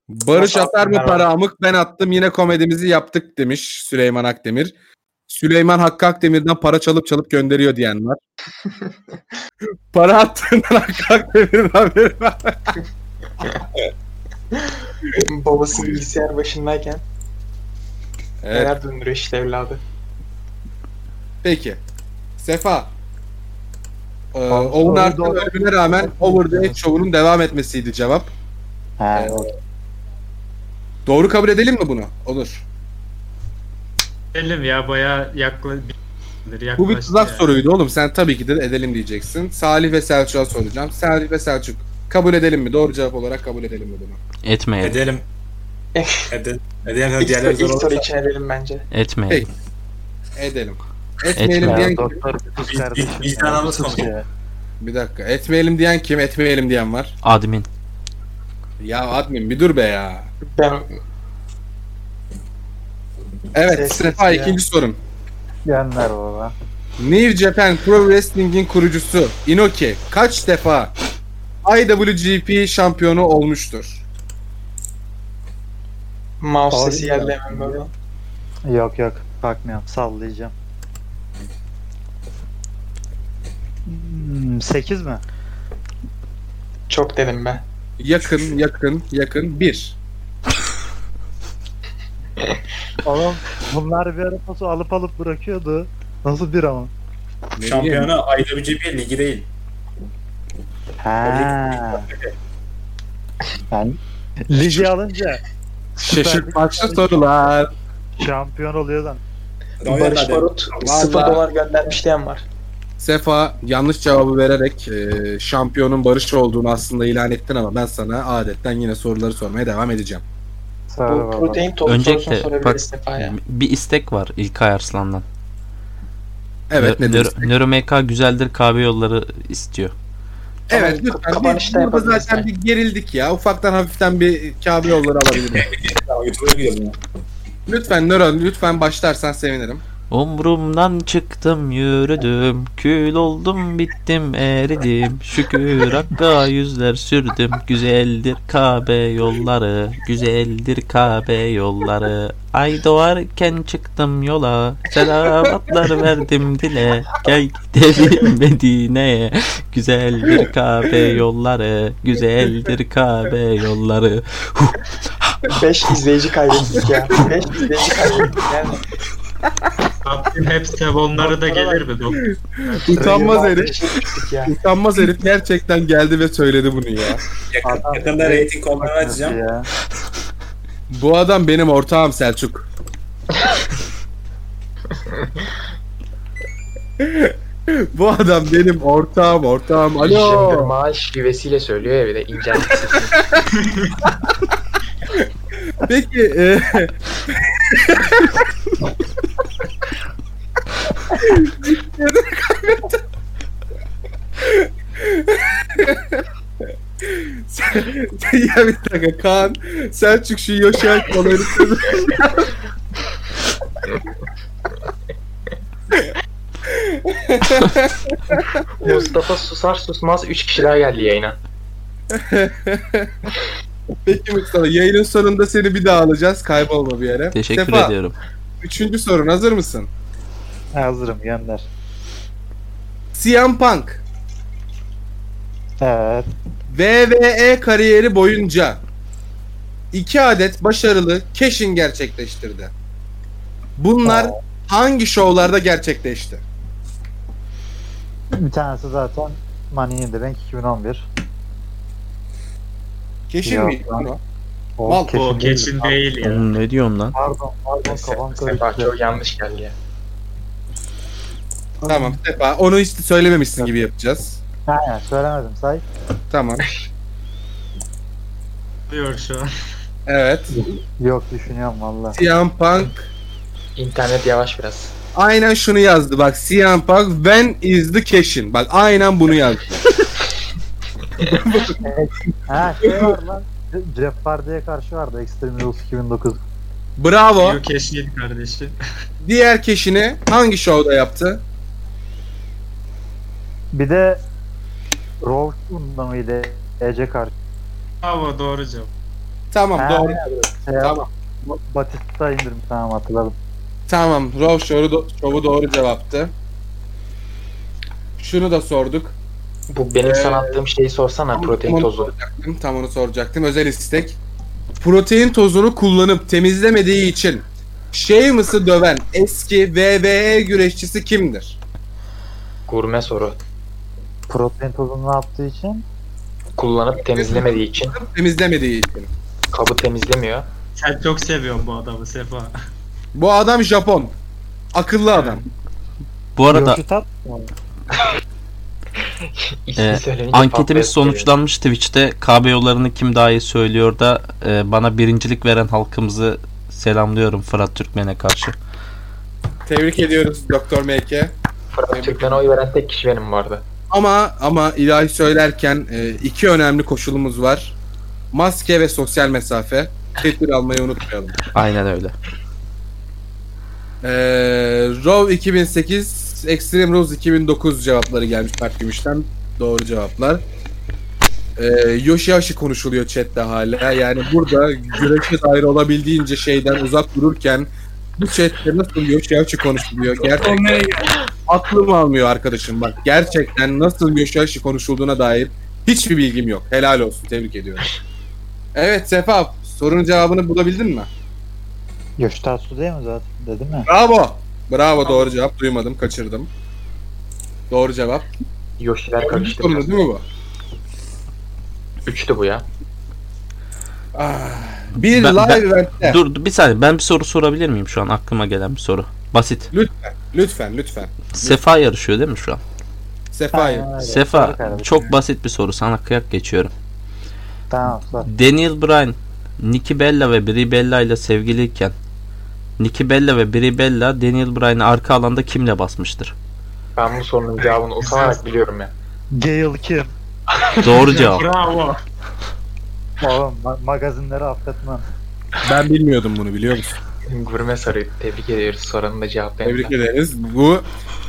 [SPEAKER 1] Barış
[SPEAKER 3] Nasıl
[SPEAKER 1] atar mı
[SPEAKER 3] attın
[SPEAKER 1] para amık ben attım yine komedimizi yaptık demiş Süleyman Akdemir. Süleyman Hakkı Akdemir'den para çalıp çalıp gönderiyor diyen
[SPEAKER 3] <laughs>
[SPEAKER 1] var. para attığından Hakkı Akdemir'in haberi var.
[SPEAKER 3] Babası bilgisayar başındayken
[SPEAKER 1] Evet,
[SPEAKER 3] neler döndürüyor işte evladı.
[SPEAKER 1] peki. Sefa. Ee,
[SPEAKER 9] Tamam,
[SPEAKER 1] Oğun
[SPEAKER 9] soruyu
[SPEAKER 1] Art'ın
[SPEAKER 9] doğru-
[SPEAKER 1] ölümüne rağmen Over the Edge şovunun devam etmesiydi cevap.
[SPEAKER 9] Ha,
[SPEAKER 1] Ee, Doğru kabul edelim mi bunu? Olur.
[SPEAKER 4] Elim ya bayağı yakla... yaklaştı.
[SPEAKER 1] Bu bir tuzak
[SPEAKER 4] yani.
[SPEAKER 1] soruydu oğlum. Sen tabii ki de edelim diyeceksin. Salih ve Selçuk'a soracağım. Salih ve Selçuk kabul edelim mi? Doğru cevap olarak kabul edelim mi bunu?
[SPEAKER 10] Etmeyelim.
[SPEAKER 3] <laughs>
[SPEAKER 5] Edelim. Edelim. Edelim.
[SPEAKER 3] İlk, soru-
[SPEAKER 5] Diğerleri zor
[SPEAKER 3] ilk soru
[SPEAKER 5] olursa.
[SPEAKER 3] için edelim bence.
[SPEAKER 10] Etmeyelim.
[SPEAKER 1] Edelim. Etmeyelim
[SPEAKER 10] Etme.
[SPEAKER 1] diyen
[SPEAKER 9] ya,
[SPEAKER 1] kim?
[SPEAKER 9] doktor kız
[SPEAKER 5] Biz-
[SPEAKER 9] kardeşim ya,
[SPEAKER 5] vicdanımız
[SPEAKER 9] sus
[SPEAKER 5] konuşuyor.
[SPEAKER 9] ya.
[SPEAKER 1] Bir dakika. Etmeyelim diyen kim? Etmeyelim diyen var.
[SPEAKER 10] Admin.
[SPEAKER 1] Ya admin bir dur be ya.
[SPEAKER 3] Ben
[SPEAKER 1] Evet
[SPEAKER 3] Sessiz
[SPEAKER 1] Sefa
[SPEAKER 3] ya.
[SPEAKER 1] ikinci sorun.
[SPEAKER 9] Yanlar baba.
[SPEAKER 1] New Japan Pro Wrestling'in kurucusu Inoki kaç defa IWGP şampiyonu olmuştur?
[SPEAKER 3] mouse
[SPEAKER 9] Abi
[SPEAKER 3] sesi
[SPEAKER 9] ya.
[SPEAKER 3] geldi hemen böyle.
[SPEAKER 9] Yok yok bakmıyorum sallayacağım. 8 Hmm, mi?
[SPEAKER 3] Çok dedim ben.
[SPEAKER 1] Yakın, yakın, yakın. Bir.
[SPEAKER 9] Oğlum bunlar bir ara posu alıp alıp bırakıyordu. Nasıl bir ama?
[SPEAKER 1] Ne bileyim.
[SPEAKER 5] Şampiyona IWGP ligi değil.
[SPEAKER 9] Ha. Ben ligi alınca
[SPEAKER 1] Şaşırtmaçlı sorular.
[SPEAKER 9] şampiyon oluyor lan.
[SPEAKER 3] Barış Barut 0
[SPEAKER 1] Vallahi.
[SPEAKER 3] dolar göndermiş diyen var.
[SPEAKER 1] Sefa yanlış cevabı vererek e, şampiyonun Barış olduğunu aslında ilan ettin ama ben sana adetten yine soruları sormaya devam edeceğim.
[SPEAKER 9] Sağ ol
[SPEAKER 3] Bu
[SPEAKER 9] baba.
[SPEAKER 3] protein tozu sorusunu
[SPEAKER 10] Öncelikle bak
[SPEAKER 3] sorabiliriz Sefa'ya.
[SPEAKER 10] bir istek var İlkay Arslan'dan.
[SPEAKER 1] Evet
[SPEAKER 10] Nö-
[SPEAKER 1] nedir?
[SPEAKER 10] Nöro- NeuroMK güzeldir kahve yolları istiyor.
[SPEAKER 1] Evet
[SPEAKER 3] Tamam,
[SPEAKER 1] lütfen. Biz
[SPEAKER 3] kapanışta
[SPEAKER 1] burada
[SPEAKER 3] yapabiliriz
[SPEAKER 1] zaten
[SPEAKER 3] yani.
[SPEAKER 1] bir gerildik ya. Ufaktan hafiften bir Kabe <laughs> yolları alabilirim.
[SPEAKER 5] Ya, YouTube'a gidiyoruz.
[SPEAKER 1] lütfen Nöron lütfen başlarsan sevinirim.
[SPEAKER 10] Umrumdan çıktım yürüdüm Kül oldum bittim eridim Şükür Hakk'a yüzler sürdüm Güzeldir Kabe yolları Güzeldir Kabe yolları Ay doğarken çıktım yola Selamatlar verdim dile Gel
[SPEAKER 5] <laughs>
[SPEAKER 10] gidelim Medine'ye Güzeldir Kabe yolları Güzeldir Kabe yolları
[SPEAKER 3] 5 izleyici kaybettik ya. 5 izleyici kaybettik yani.
[SPEAKER 4] <laughs> Rabbim hep sevonları da gelir mi? Doktor?
[SPEAKER 1] Utanmaz herif.
[SPEAKER 3] Beşe düştük şey ya.
[SPEAKER 1] Utanmaz herif gerçekten geldi ve söyledi bunu ya.
[SPEAKER 9] Adam-
[SPEAKER 5] Yakında rating kontrol
[SPEAKER 9] Nasıl
[SPEAKER 5] açacağım.
[SPEAKER 9] ya?
[SPEAKER 1] Bu adam benim ortağım Selçuk.
[SPEAKER 3] <laughs>
[SPEAKER 1] Bu adam benim ortağım ortağım. Alo.
[SPEAKER 3] Işınırmağı şivesiyle söylüyor ya bir de incelmiş.
[SPEAKER 1] <laughs> Peki e, ya bir dakika Kaan Selçuk şu Yoşel kolayını
[SPEAKER 3] Mustafa susar susmaz 3 kişi daha geldi yayına.
[SPEAKER 1] Peki Mustafa yayının sonunda seni bir daha alacağız kaybolma bir yere.
[SPEAKER 10] Teşekkür
[SPEAKER 1] Sefa,
[SPEAKER 10] ediyorum.
[SPEAKER 1] Üçüncü sorun hazır mısın?
[SPEAKER 9] Hazırım gönder.
[SPEAKER 1] CM Punk
[SPEAKER 9] Evet.
[SPEAKER 1] WWE E kariyeri boyunca iki adet başarılı cashin gerçekleştirdi. Bunlar hangi şovlarda gerçekleşti?
[SPEAKER 9] Bir tanesi zaten Money in the Bank 2011.
[SPEAKER 1] Cashin
[SPEAKER 9] Ya,
[SPEAKER 1] miydi?
[SPEAKER 9] ben-
[SPEAKER 1] lan o?
[SPEAKER 9] O
[SPEAKER 1] Mal-
[SPEAKER 9] kesin
[SPEAKER 4] O
[SPEAKER 9] değil.
[SPEAKER 4] kesin değil ya.
[SPEAKER 10] Oğlum ne diyorum lan?
[SPEAKER 9] Pardon, pardon kafam
[SPEAKER 3] Sefa
[SPEAKER 9] karıştı.
[SPEAKER 3] çok yanlış geldi ya.
[SPEAKER 1] Tamam Sefa onu hiç söylememişsin gibi yapacağız.
[SPEAKER 9] Aynen söylemedim say.
[SPEAKER 1] Tamam.
[SPEAKER 4] Diyor şu an.
[SPEAKER 1] Evet.
[SPEAKER 9] Yok düşünüyorum valla.
[SPEAKER 1] CM Punk
[SPEAKER 3] İnternet yavaş biraz.
[SPEAKER 1] aynen şunu yazdı bak CM Punk when is the cashin? Bak aynen bunu yazdı.
[SPEAKER 9] Ha şey var lan. Jeff Hardy'ye karşı vardı Extreme Rules 2009.
[SPEAKER 1] Bravo.
[SPEAKER 4] Yok eşit kardeşi.
[SPEAKER 1] Diğer keşini hangi şovda yaptı?
[SPEAKER 9] Bir de Raw Kingdom ile Ece karşı.
[SPEAKER 4] Bravo doğru cevap.
[SPEAKER 1] Tamam
[SPEAKER 9] Ha,
[SPEAKER 1] doğru.
[SPEAKER 9] Şey,
[SPEAKER 1] Tamam.
[SPEAKER 9] Batista indirmiş tamam hatırladım.
[SPEAKER 1] Tamam. Rov şovu, do- şovu doğru cevaptı. Şunu da sorduk.
[SPEAKER 3] Bu benim sana
[SPEAKER 1] Ee,
[SPEAKER 3] attığım şeyi sorsana protein
[SPEAKER 1] Onu
[SPEAKER 3] tozu.
[SPEAKER 1] soracaktım, Tam onu soracaktım. Özel istek. Protein tozunu kullanıp temizlemediği için Sheamus'ı döven eski WWE güreşçisi kimdir?
[SPEAKER 3] Gurme soru.
[SPEAKER 9] Protein tozunu yaptığı için
[SPEAKER 3] Kullanıp temizlemediği için
[SPEAKER 1] Temizlemediği için.
[SPEAKER 3] kabı temizlemiyor.
[SPEAKER 4] Sen çok seviyorsun bu adamı Sefa.
[SPEAKER 1] Bu adam Japon. Akıllı adam.
[SPEAKER 10] Bu arada
[SPEAKER 9] Yoshitat
[SPEAKER 3] İsmi
[SPEAKER 10] Ee,
[SPEAKER 3] söylenince patlayıp
[SPEAKER 10] Anketimiz
[SPEAKER 3] geliyor.
[SPEAKER 10] sonuçlanmış Twitch'te KB yollarını kim daha iyi söylüyor da e, bana birincilik veren halkımızı selamlıyorum Fırat Türkmen'e karşı.
[SPEAKER 1] Tebrik ediyoruz Doktor MK.
[SPEAKER 3] Fırat Türkmen'e oy veren tek kişi benim vardı.
[SPEAKER 1] Ama ama ilahi söylerken e, iki önemli koşulumuz var. Maske ve sosyal mesafe. Tedbir almayı unutmayalım.
[SPEAKER 10] Aynen öyle.
[SPEAKER 1] E, Raw 2008, Extreme Rules 2009 cevapları gelmiş Mert Gümüş'ten. Doğru cevaplar. E, Yoshihashi konuşuluyor chatte hala. Yani burada güreşe dair olabildiğince şeyden uzak dururken bu chatte nasıl Yoshihashi konuşuluyor? Gerçekten aklım almıyor arkadaşım bak. Gerçekten nasıl Yoshihashi konuşulduğuna dair hiçbir bilgim yok. Helal olsun. Tebrik ediyorum. Evet Sefa sorunun cevabını bulabildin mi?
[SPEAKER 9] Yoshitatsu değil mi zaten dedi mi?
[SPEAKER 1] Bravo. Bravo doğru cevap. Duymadım, kaçırdım. Doğru cevap.
[SPEAKER 3] Yoshiler karıştı.
[SPEAKER 1] Sorunu değil mi bu?
[SPEAKER 3] Üçtü bu ya.
[SPEAKER 1] Ah. Bir
[SPEAKER 10] Ben-
[SPEAKER 1] live
[SPEAKER 10] ben-
[SPEAKER 1] eventte.
[SPEAKER 10] Dur dur, bir saniye ben bir soru sorabilir miyim şu an aklıma gelen bir soru. Basit.
[SPEAKER 1] Lütfen, lütfen.
[SPEAKER 10] Sefa yarışıyor değil mi şu an?
[SPEAKER 1] Sefa'yı.
[SPEAKER 9] Aynen öyle.
[SPEAKER 10] Sefa
[SPEAKER 9] Sarı kardeşim.
[SPEAKER 10] çok basit bir soru sana kıyak geçiyorum.
[SPEAKER 9] Tamam sor.
[SPEAKER 10] Daniel Bryan, Nikki Bella ve Brie Bella ile sevgiliyken Nikki Bella ve Brie Bella Daniel Bryan'ı arka alanda kimle basmıştır?
[SPEAKER 3] Ben bu sorunun cevabını utanarak biliyorum ya.
[SPEAKER 9] Gale kim?
[SPEAKER 10] Doğru cevap.
[SPEAKER 4] Bravo.
[SPEAKER 9] Oğlum ma- magazinleri affetmem.
[SPEAKER 1] Ben bilmiyordum bunu biliyor musun?
[SPEAKER 3] Gurme soruyu tebrik ediyoruz. Soranın da cevaplarını.
[SPEAKER 1] Tebrik ederiz. Bu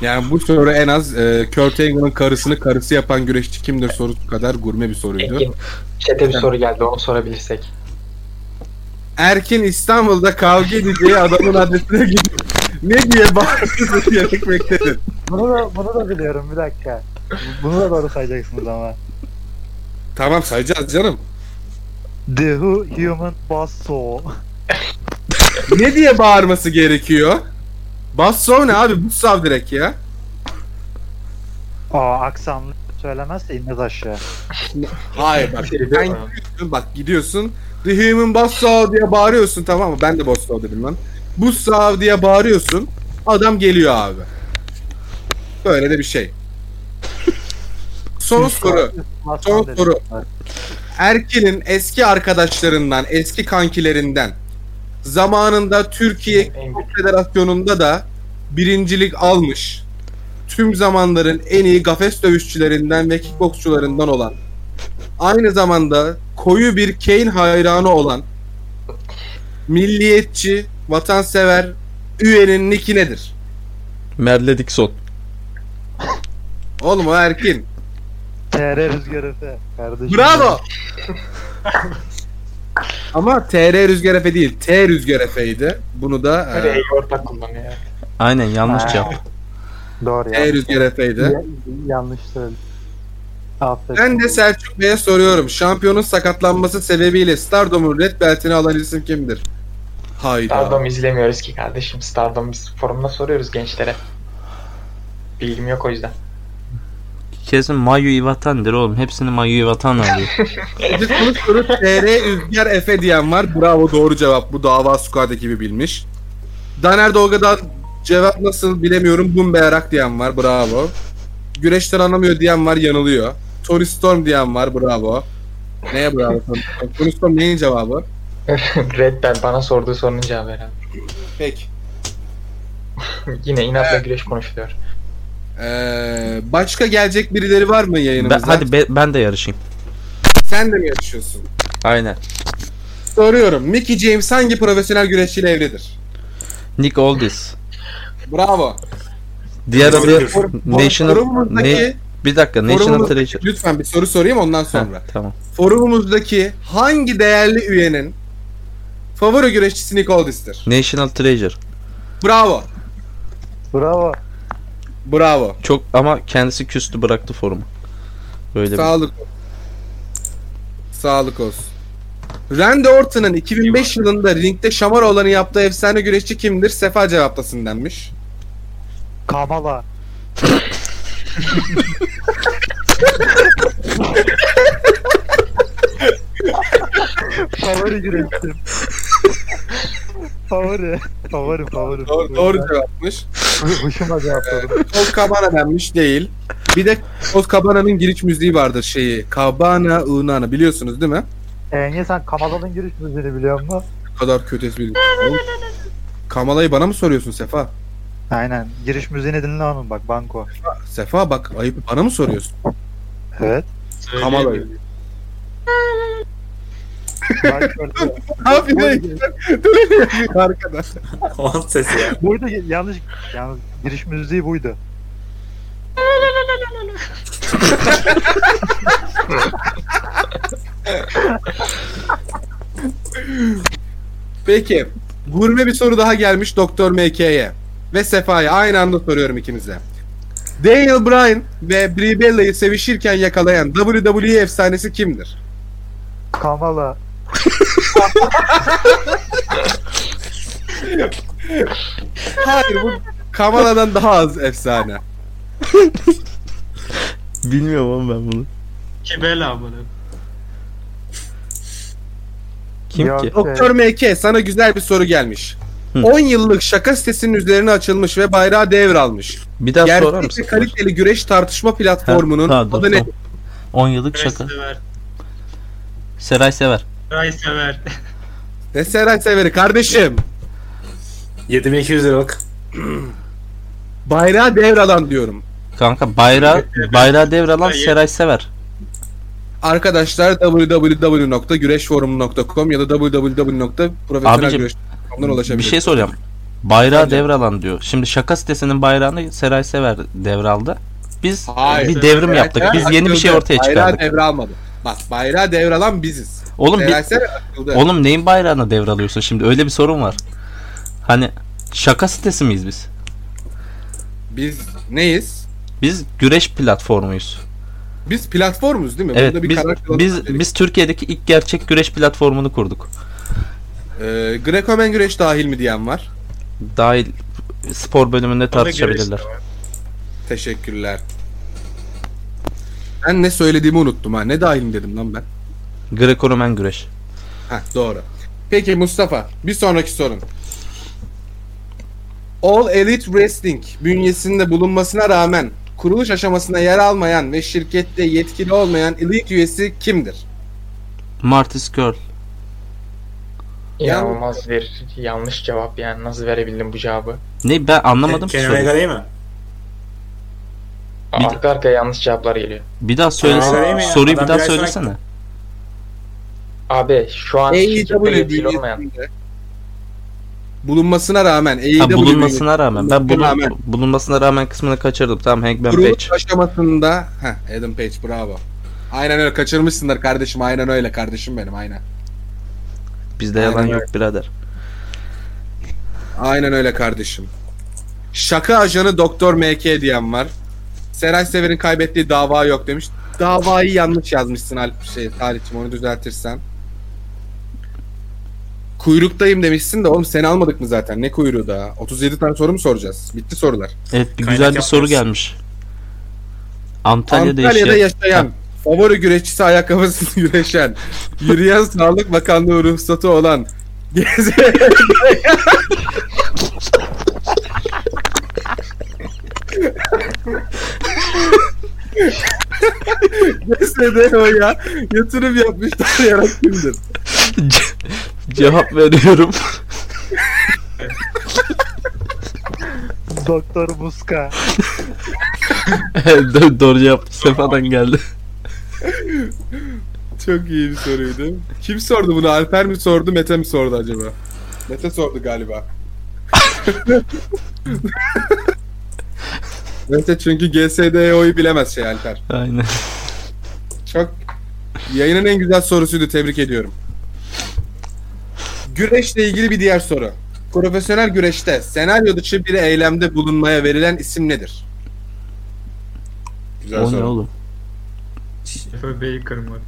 [SPEAKER 1] yani bu soru en az e, Kurt Angle'ın karısını karısı yapan güreşçi kimdir sorusu kadar gurme bir soruydu.
[SPEAKER 3] Peki, chat'e bir soru geldi. Onu sorabilirsek.
[SPEAKER 1] Erkin İstanbul'da kavga edeceği adamın adresine gidip ne diye bağırıp gerekmektedir.
[SPEAKER 9] Bunu da, bunu da biliyorum bir dakika. Bu- Bunu da doğru sayacaksınız ama.
[SPEAKER 1] Tamam sayacağız canım.
[SPEAKER 9] The Who Human Bass Soul.
[SPEAKER 1] Ne diye bağırması gerekiyor? Basso ne abi? Bu sav direkt ya.
[SPEAKER 9] Aa aksanlı söylemezse inmez aşağı.
[SPEAKER 1] Hayır bak.
[SPEAKER 3] Şey
[SPEAKER 1] Ben
[SPEAKER 3] diyor mu?
[SPEAKER 1] gidiyorsun bak gidiyorsun. The Human Basso diye bağırıyorsun tamam mı? Ben de Basso dedim lan. Bu sav diye bağırıyorsun. Adam geliyor abi. Böyle de bir şey. Son soru.
[SPEAKER 9] Bass
[SPEAKER 1] Son
[SPEAKER 9] Soul dedim.
[SPEAKER 1] soru. Erkin'in eski arkadaşlarından, eski kankilerinden zamanında Türkiye
[SPEAKER 3] En
[SPEAKER 1] Futbol Federasyonu'nda da birincilik almış. Tüm zamanların en iyi gafes dövüşçülerinden ve kickboksçularından olan. Aynı zamanda koyu bir Kane hayranı olan milliyetçi, vatansever üyenin niki nedir?
[SPEAKER 10] Merle Dixon.
[SPEAKER 1] Oğlum o Erkin.
[SPEAKER 9] TR Rüzgar Efe. Kardeşim.
[SPEAKER 1] Bravo! Ama TR Rüzgar Efe değil, T Rüzgar Efe'ydi. Bunu da
[SPEAKER 3] Her
[SPEAKER 1] e,
[SPEAKER 3] E'yi ortak kullanıyor. ya.
[SPEAKER 10] Aynen yanlış
[SPEAKER 9] Ha.
[SPEAKER 10] cevap.
[SPEAKER 9] Doğru
[SPEAKER 1] T
[SPEAKER 9] ya.
[SPEAKER 1] Rüzgar Efe'ydi.
[SPEAKER 9] Ya- Yanlış söyledim. Affet.
[SPEAKER 1] Ben de Selçuk Bey'e soruyorum. Şampiyonun sakatlanması sebebiyle Stardom'un red beltini alan isim kimdir? Hayda.
[SPEAKER 3] Stardom izlemiyoruz ki kardeşim. Stardom biz forumda soruyoruz gençlere. Bilgim yok o yüzden. <laughs>
[SPEAKER 10] Kesin Mayu Iwatan'dır oğlum. Hepsini Mayu Iwatan alıyor.
[SPEAKER 5] <laughs>
[SPEAKER 1] Bir soru soru TR Üzger Efe diyen var. Bravo doğru cevap. Bu dava squad ekibi bilmiş. Daner Dolga'dan cevap nasıl bilemiyorum. Bum beyarak diyen var. Bravo. Güreşten anlamıyor diyen var. Yanılıyor. Tony Storm diyen var. Bravo. Neye bravo? Tony Storm? Tony Storm neyin cevabı?
[SPEAKER 3] Red Bell bana sorduğu sorunun cevabı herhalde. <laughs>
[SPEAKER 1] Peki.
[SPEAKER 3] Yine inatla güreş konuşuluyor.
[SPEAKER 1] Ee, başka gelecek birileri var mı
[SPEAKER 10] Ben-
[SPEAKER 1] yayınımızda?
[SPEAKER 10] hadi be- ben de yarışayım.
[SPEAKER 1] Sen de mi yarışıyorsun?
[SPEAKER 10] Aynen.
[SPEAKER 1] Soruyorum. Mickey James hangi profesyonel güreşçiyle evlidir?
[SPEAKER 10] Nick Aldis.
[SPEAKER 1] Bravo.
[SPEAKER 10] Diğer adı National... Ne,
[SPEAKER 1] Forumumuzdaki,
[SPEAKER 10] bir dakika. National
[SPEAKER 1] Forumumuzdaki-
[SPEAKER 10] Treasure.
[SPEAKER 1] lütfen bir soru sorayım ondan sonra.
[SPEAKER 10] Ha, tamam.
[SPEAKER 1] Forumumuzdaki hangi değerli üyenin favori güreşçisi Nick Aldis'tir?
[SPEAKER 10] National Treasure.
[SPEAKER 1] Bravo.
[SPEAKER 9] Bravo.
[SPEAKER 1] Bravo.
[SPEAKER 10] Çok ama kendisi küstü bıraktı forumu. Böyle bir.
[SPEAKER 1] Sağlık olsun. Sağlık olsun. Randy Orton'ın 2005 yılında ringde şamar olanı yaptığı efsane güreşçi kimdir? Sefa cevaplasın denmiş.
[SPEAKER 9] Kamala. favori güreşçim. favori. Favori favori.
[SPEAKER 1] Doğru, doğru cevapmış.
[SPEAKER 9] Hoşuma cevapladım.
[SPEAKER 1] Colt Cabana denmiş değil. Bir de Colt Cabana'nın giriş müziği vardır şeyi. Cabana Unana biliyorsunuz değil mi?
[SPEAKER 9] Ee, niye sen Kamala'nın giriş müziğini biliyor musun?
[SPEAKER 1] Bu kadar kötü espri. Kamala'yı bana mı soruyorsun Sefa?
[SPEAKER 9] Aynen. Giriş müziğini dinle onun bak banko.
[SPEAKER 1] Sefa bak ayıp bana mı soruyorsun?
[SPEAKER 9] Evet.
[SPEAKER 1] Kamala'yı.
[SPEAKER 9] Bak şöyle.
[SPEAKER 1] <laughs> Ne yapıyorsun? Arkada.
[SPEAKER 5] <laughs> Onun sesi ya.
[SPEAKER 9] buydu yanlış. Yalnız giriş müziği buydu.
[SPEAKER 1] Peki. Gurme bir soru daha gelmiş Doktor MK'ye. Ve Sefa'ya aynı anda soruyorum ikinize. Daniel Bryan ve Brie Bella'yı sevişirken yakalayan WWE efsanesi kimdir?
[SPEAKER 9] Kamala.
[SPEAKER 1] Hayır bu Kamala'dan daha az efsane.
[SPEAKER 10] Bilmiyorum ama ben bunu.
[SPEAKER 4] Kibela amına.
[SPEAKER 10] Kim
[SPEAKER 9] Yok.
[SPEAKER 10] ki?
[SPEAKER 1] Doktor MK sana güzel bir soru gelmiş.
[SPEAKER 10] Hı.
[SPEAKER 1] 10 yıllık şaka sitesinin üzerine açılmış ve bayrağı devralmış.
[SPEAKER 10] Bir daha sorar
[SPEAKER 1] Gerçek
[SPEAKER 10] mısın?
[SPEAKER 1] ve kaliteli güreş tartışma platformunun
[SPEAKER 10] Ha, ha, dur,
[SPEAKER 1] adı ne?
[SPEAKER 10] tamam. 10 yıllık
[SPEAKER 4] Güreş
[SPEAKER 10] şaka.
[SPEAKER 4] sever.
[SPEAKER 10] Seray Sever.
[SPEAKER 4] Ray sever.
[SPEAKER 1] Ne Seray Severi kardeşim.
[SPEAKER 5] 7200 liralık.
[SPEAKER 1] Bayrağı devralan diyorum.
[SPEAKER 10] Kanka bayrağı, bayrağı devralan Seray Sever.
[SPEAKER 1] Arkadaşlar www.güreşforumu.com ya da www.profesyonelgüreş.com Ondan ulaşabilir.
[SPEAKER 10] Bir şey soracağım. Bayrağı
[SPEAKER 1] Bence.
[SPEAKER 10] devralan diyor. Şimdi şaka sitesinin bayrağını Seray Sever devraldı. Biz
[SPEAKER 1] Hayır.
[SPEAKER 10] bir devrim yaptık.
[SPEAKER 1] Bayrağı
[SPEAKER 10] Biz yeni bir şey
[SPEAKER 1] akılda.
[SPEAKER 10] ortaya çıkardık.
[SPEAKER 1] Bayrağı devralmadı. Bak bayrağı devralan biziz.
[SPEAKER 10] Oğlum bir,
[SPEAKER 1] Seversene akılda.
[SPEAKER 10] oğlum neyin bayrağını devralıyorsun şimdi? Öyle bir sorun var. Hani şaka sitesi miyiz biz?
[SPEAKER 1] Biz neyiz?
[SPEAKER 10] Biz güreş platformuyuz.
[SPEAKER 1] Biz platformuz değil mi?
[SPEAKER 10] Evet
[SPEAKER 1] Burada bir
[SPEAKER 10] biz
[SPEAKER 1] karar kılalım.
[SPEAKER 10] biz biz Türkiye'deki ilk gerçek güreş platformunu kurduk.
[SPEAKER 1] Ee, Greco-Men güreş dahil mi diyen var?
[SPEAKER 10] Dahil spor bölümünde tartışabilirler.
[SPEAKER 1] Teşekkürler. Ben ne söylediğimi unuttum ha. Ne dahil mi dedim lan ben?
[SPEAKER 10] Greco-Romen güreş.
[SPEAKER 1] Ha doğru. Peki Mustafa bir sonraki sorun. All Elite Wrestling bünyesinde bulunmasına rağmen kuruluş aşamasına yer almayan ve şirkette yetkili olmayan Elite üyesi kimdir?
[SPEAKER 10] Martis Girl.
[SPEAKER 3] İnanılmaz bir yanlış cevap yani. Nasıl verebildim bu cevabı?
[SPEAKER 10] Ne ben anlamadım ki
[SPEAKER 5] Kenan
[SPEAKER 10] soruyu.
[SPEAKER 5] Ega değil mi?
[SPEAKER 10] Bir-
[SPEAKER 3] Arka arkaya yanlış cevaplar geliyor.
[SPEAKER 10] Bir daha
[SPEAKER 5] Kenan Ega değil
[SPEAKER 10] söylesene.
[SPEAKER 5] mi ya?
[SPEAKER 10] Soruyu
[SPEAKER 5] Adam
[SPEAKER 10] bir daha
[SPEAKER 5] bir ay sonra-
[SPEAKER 10] söylesene.
[SPEAKER 3] Abi şu an şirkette
[SPEAKER 1] AEW
[SPEAKER 3] yetkili olmayan.
[SPEAKER 1] E bünyesinde bulunmasına rağmen E AEW
[SPEAKER 10] Ha, bulunmasına rağmen. Ben bulun-
[SPEAKER 1] Rağmen.
[SPEAKER 10] bulunmasına rağmen kısmını kaçırdım. Tamam Hank Ben Page.
[SPEAKER 1] Kuruluş aşamasında Heh, Adam Page bravo. Aynen öyle kaçırmışsınlar kardeşim aynen öyle kardeşim benim aynen.
[SPEAKER 10] Bizde
[SPEAKER 1] Aynen
[SPEAKER 10] yalan
[SPEAKER 1] öyle.
[SPEAKER 10] yok birader.
[SPEAKER 1] Aynen öyle kardeşim. Şaka ajanı Doktor MK diyen var. Seray Sever'in kaybettiği dava yok demiş. Davayı yanlış yazmışsın Alp şey Talihçim onu düzeltirsen. Kuyruktayım demişsin de oğlum seni almadık mı zaten? Ne kuyruğu daha? 37 tane soru mu soracağız? Bitti sorular.
[SPEAKER 10] Evet bir
[SPEAKER 5] Kaynak
[SPEAKER 10] güzel bir soru
[SPEAKER 5] yapmıyoruz.
[SPEAKER 10] gelmiş. Antalya'da,
[SPEAKER 1] Antalya'da
[SPEAKER 10] yaşayan
[SPEAKER 1] yaşayan favori güreşçisi ayakkabısını <laughs> güreşen, yürüyen Sağlık Bakanlığı ruhsatı olan <laughs> geze- GSDO'ya yatırım yapmışlar yarattımdır.
[SPEAKER 10] cevap veriyorum.
[SPEAKER 9] Doktor Muska.
[SPEAKER 10] Doğru cevap Sefa'dan geldi.
[SPEAKER 1] Çok iyi bir soruydu. Kim sordu bunu? Alper mi sordu, Mete mi sordu acaba? Mete
[SPEAKER 10] <laughs>
[SPEAKER 1] sordu galiba. Mete çünkü GSDO'yu bilemez şey Alper.
[SPEAKER 10] Aynen.
[SPEAKER 1] Çok yayının en güzel sorusuydu. Tebrik ediyorum. Güreşle ilgili bir diğer soru. Profesyonel güreşte senaryo dışı bir eylemde bulunmaya verilen isim nedir? Güzel
[SPEAKER 10] O ne
[SPEAKER 1] soru.
[SPEAKER 10] oğlum?
[SPEAKER 4] FB'yi şey. kırmak.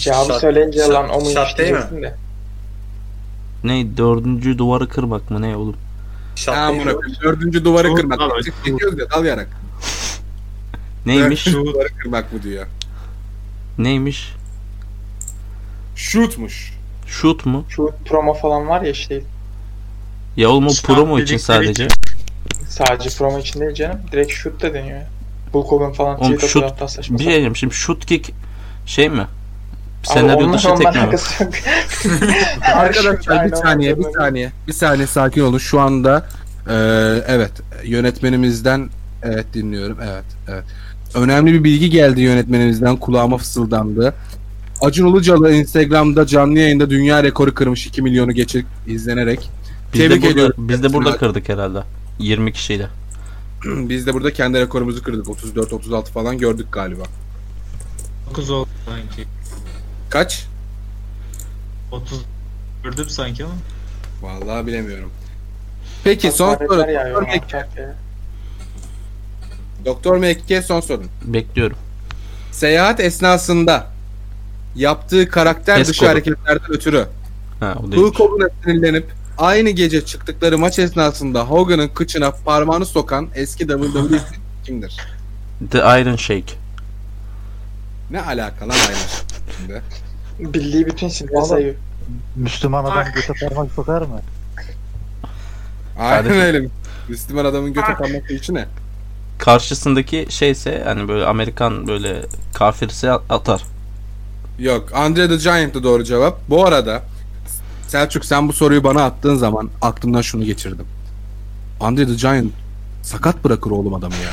[SPEAKER 3] Cevabı
[SPEAKER 5] Şat-
[SPEAKER 3] söyleyince
[SPEAKER 5] şat-
[SPEAKER 3] lan o mu
[SPEAKER 5] şat değil mi?
[SPEAKER 3] diyeceksin de.
[SPEAKER 10] Ne dördüncü duvarı kırmak mı ne oğlum?
[SPEAKER 1] Ha,
[SPEAKER 5] Şat değil
[SPEAKER 1] amına
[SPEAKER 5] mi?
[SPEAKER 1] koyayım. Dördüncü duvarı
[SPEAKER 4] Doğru,
[SPEAKER 1] kırmak.
[SPEAKER 4] tamam,
[SPEAKER 1] Çık çekiyoruz ya dal yarak.
[SPEAKER 10] Neymiş?
[SPEAKER 1] Dördüncü duvarı kırmak mı diyor.
[SPEAKER 10] Neymiş?
[SPEAKER 1] Shoot'muş.
[SPEAKER 10] Shoot mu?
[SPEAKER 3] Şu promo falan var ya işte
[SPEAKER 10] Ya oğlum o
[SPEAKER 4] Şut
[SPEAKER 10] promo için
[SPEAKER 4] dedikleri
[SPEAKER 10] sadece.
[SPEAKER 3] sadece promo için değil canım. Direkt shoot da deniyor. ya. Hulk Hogan falan
[SPEAKER 10] Oğlum
[SPEAKER 3] Twitter'da
[SPEAKER 10] shoot-
[SPEAKER 3] hatta saçma
[SPEAKER 10] Bir şey
[SPEAKER 3] sapan.
[SPEAKER 10] diyeceğim şimdi shoot kick şey mi?
[SPEAKER 3] Abi
[SPEAKER 10] Senaryo
[SPEAKER 3] onunla
[SPEAKER 10] dışı
[SPEAKER 3] onunla
[SPEAKER 10] tekme mi?
[SPEAKER 3] alakası yok.
[SPEAKER 1] <laughs> Arkadaşlar bir
[SPEAKER 3] Aynen,
[SPEAKER 1] saniye, bir
[SPEAKER 3] aynen.
[SPEAKER 1] saniye, bir saniye sakin olun. Şu anda e, evet yönetmenimizden evet dinliyorum. Evet, evet. Önemli bir bilgi geldi yönetmenimizden kulağıma fısıldandı. Acun Ilıcalı Instagram'da canlı yayında dünya rekoru kırmış 2 milyonu geçir izlenerek.
[SPEAKER 10] Biz de
[SPEAKER 1] Tebrik
[SPEAKER 10] burada,
[SPEAKER 1] ediyorum.
[SPEAKER 10] biz de burada kırdık herhalde. 20 kişiyle.
[SPEAKER 1] <clears throat> Biz de burada kendi rekorumuzu kırdık. 34-36 falan gördük galiba.
[SPEAKER 4] 9 oldu sanki.
[SPEAKER 1] Kaç?
[SPEAKER 4] 30 gördüm sanki ama.
[SPEAKER 1] Vallahi bilemiyorum. Peki son
[SPEAKER 3] Hakaretler
[SPEAKER 1] soru.
[SPEAKER 3] yağıyor
[SPEAKER 1] Doktor
[SPEAKER 3] lan
[SPEAKER 1] Mekke.
[SPEAKER 3] arkaya.
[SPEAKER 1] Doktor Mekke son sorun.
[SPEAKER 10] Bekliyorum.
[SPEAKER 1] Seyahat esnasında yaptığı karakter
[SPEAKER 10] Pes
[SPEAKER 1] dışı
[SPEAKER 10] kodu.
[SPEAKER 1] hareketlerden ötürü
[SPEAKER 10] Ha, o değil.
[SPEAKER 1] Hulk Hogan'a sinirlenip aynı gece çıktıkları maç esnasında Hogan'ın kıçına parmağını sokan eski WWE kimdir?
[SPEAKER 10] The Iron Shake.
[SPEAKER 1] Ne alaka lan aynı şey şimdi?
[SPEAKER 3] Bildiği bütün isimleri
[SPEAKER 9] Oğlum.
[SPEAKER 3] sayıyor.
[SPEAKER 9] Müslüman adam göte parmak sokar mı?
[SPEAKER 1] Aynen
[SPEAKER 10] Kardeşim.
[SPEAKER 1] öyle. Müslüman adamın götü parmak içi ne?
[SPEAKER 10] karşısındaki şeyse hani böyle Amerikan böyle kafirse atar.
[SPEAKER 1] Yok. Andre the Giant'tı doğru cevap. Bu arada Selçuk sen bu soruyu bana attığın zaman aklımdan şunu geçirdim. Andre the Giant sakat bırakır oğlum adamı ya.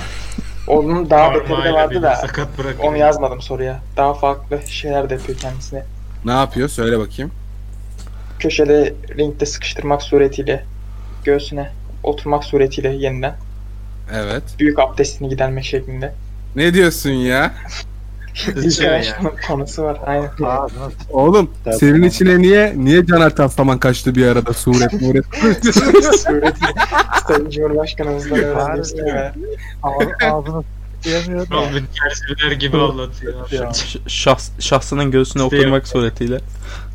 [SPEAKER 3] Onun daha beteri de
[SPEAKER 4] Parmağıyla bile
[SPEAKER 3] vardı da
[SPEAKER 4] Sakat bırakıyor.
[SPEAKER 3] onu yazmadım soruya. Daha farklı şeyler de yapıyor kendisine.
[SPEAKER 1] Ne yapıyor? Söyle bakayım.
[SPEAKER 3] köşede ringde sıkıştırmak suretiyle göğsüne oturmak suretiyle yeniden
[SPEAKER 1] Evet.
[SPEAKER 3] büyük abdestini gidermek şeklinde.
[SPEAKER 1] Ne diyorsun ya?
[SPEAKER 3] <laughs> Hikaye konusu var. Aynen.
[SPEAKER 9] Abi nasıl?
[SPEAKER 1] Oğlum
[SPEAKER 9] Tabii.
[SPEAKER 1] senin içine niye niye Caner Taslaman kaçtı bir arada suret <laughs> muret?
[SPEAKER 3] suretiyle Sayın Cumhurbaşkanımızdan öğrendiğimiz gibi.
[SPEAKER 9] Ağzı- Ağzını
[SPEAKER 10] <laughs>
[SPEAKER 9] diyemiyorum. ya.
[SPEAKER 4] Robin Kersiler gibi anlatıyor.
[SPEAKER 9] Ya.
[SPEAKER 10] Ş- şahs- şahsının göğsüne
[SPEAKER 4] İşte
[SPEAKER 10] oturmak suretiyle.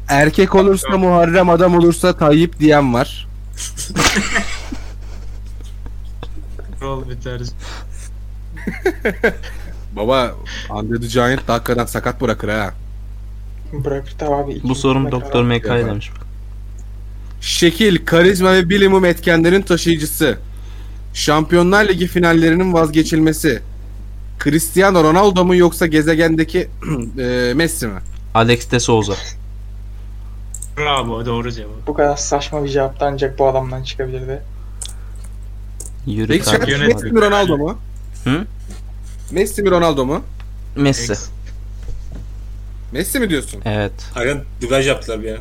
[SPEAKER 1] Erkek olursa Muharrem adam olursa Tayyip diyen var.
[SPEAKER 4] Rol biter.
[SPEAKER 1] Baba Andre the Giant da hakikaten sakat bırakır ha.
[SPEAKER 3] Bırakır tabii abi.
[SPEAKER 10] Bu
[SPEAKER 3] İkinci
[SPEAKER 10] sorum
[SPEAKER 3] bırakır
[SPEAKER 10] Doktor
[SPEAKER 3] abi.
[SPEAKER 10] MK'ya demiş.
[SPEAKER 1] Şekil, karizma ve bilimum etkenlerin taşıyıcısı. Şampiyonlar Ligi finallerinin vazgeçilmesi. Cristiano Ronaldo mu yoksa gezegendeki <clears throat> eee, Messi mi?
[SPEAKER 10] Alex de Souza.
[SPEAKER 4] Bravo doğru cevap.
[SPEAKER 3] Bu kadar saçma bir cevap da ancak bu adamdan çıkabilirdi.
[SPEAKER 10] Yürü
[SPEAKER 1] Peki
[SPEAKER 10] kardeşim
[SPEAKER 1] şarkı
[SPEAKER 10] hadi.
[SPEAKER 1] Messi mi Ronaldo mu?
[SPEAKER 10] Hı?
[SPEAKER 1] Messi mi Ronaldo mu?
[SPEAKER 10] Messi.
[SPEAKER 1] Messi mi diyorsun?
[SPEAKER 10] Evet.
[SPEAKER 5] Aga dublaj yaptılar bir ara.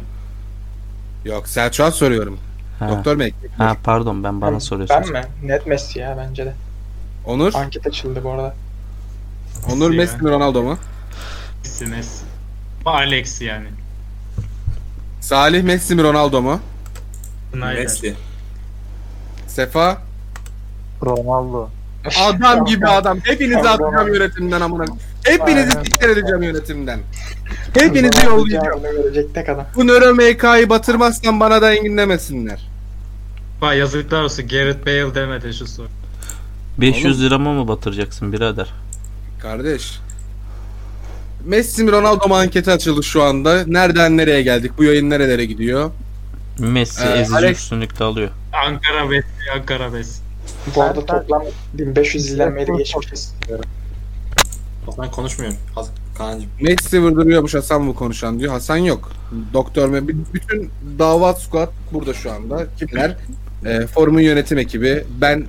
[SPEAKER 1] Yok Selçuk'a soruyorum.
[SPEAKER 10] Ha.
[SPEAKER 1] Doktor Mek.
[SPEAKER 10] ha pardon ben bana
[SPEAKER 3] Ben-
[SPEAKER 10] soruyorsun.
[SPEAKER 3] Ben mi? Net Messi ya bence de.
[SPEAKER 1] Onur?
[SPEAKER 3] Anket açıldı bu arada.
[SPEAKER 1] Onur
[SPEAKER 4] ya.
[SPEAKER 1] Messi mi Ronaldo mu?
[SPEAKER 4] Messi, Messi. Bu Alex yani.
[SPEAKER 1] Salih Messi mi Ronaldo mu?
[SPEAKER 4] Snyder.
[SPEAKER 5] Messi.
[SPEAKER 1] Sefa?
[SPEAKER 3] <laughs>
[SPEAKER 9] Ronaldo.
[SPEAKER 1] Adam gibi adam. Hepinizi
[SPEAKER 3] Tamam.
[SPEAKER 1] atacağım yönetimden amına. Hepinizi
[SPEAKER 3] Aynen.
[SPEAKER 1] siktir edeceğim yönetimden. Hepinizi yollayacağım.
[SPEAKER 3] Cevabını verecek tek adam.
[SPEAKER 1] Bu nöro MK'yı batırmazsan bana da enginlemesinler.
[SPEAKER 4] Vay yazıklar olsun Gareth Bale demedi şu soru.
[SPEAKER 10] 500 lirama mı batıracaksın birader?
[SPEAKER 1] Kardeş. Messi mi Ronaldo mu anketi açıldı şu anda. Nereden nereye geldik? Bu yayın nerelere gidiyor?
[SPEAKER 10] Messi
[SPEAKER 1] Ee,
[SPEAKER 10] ezici
[SPEAKER 1] Alex-
[SPEAKER 10] üstünlükte alıyor.
[SPEAKER 4] Ankara Messi, Ankara Messi.
[SPEAKER 3] Bu
[SPEAKER 9] Ben-
[SPEAKER 3] arada
[SPEAKER 9] ben-
[SPEAKER 3] toplam 1500 izlenmeyi de geçmişiz.
[SPEAKER 5] Osman konuşmuyor. Haz- Kaan'cığım.
[SPEAKER 1] Messi vurduruyormuş Hasan mı konuşan diyor. Hasan yok. Doktor ve b- bütün davat squad burada şu anda. Kimler? Ee, forumun yönetim ekibi. Ben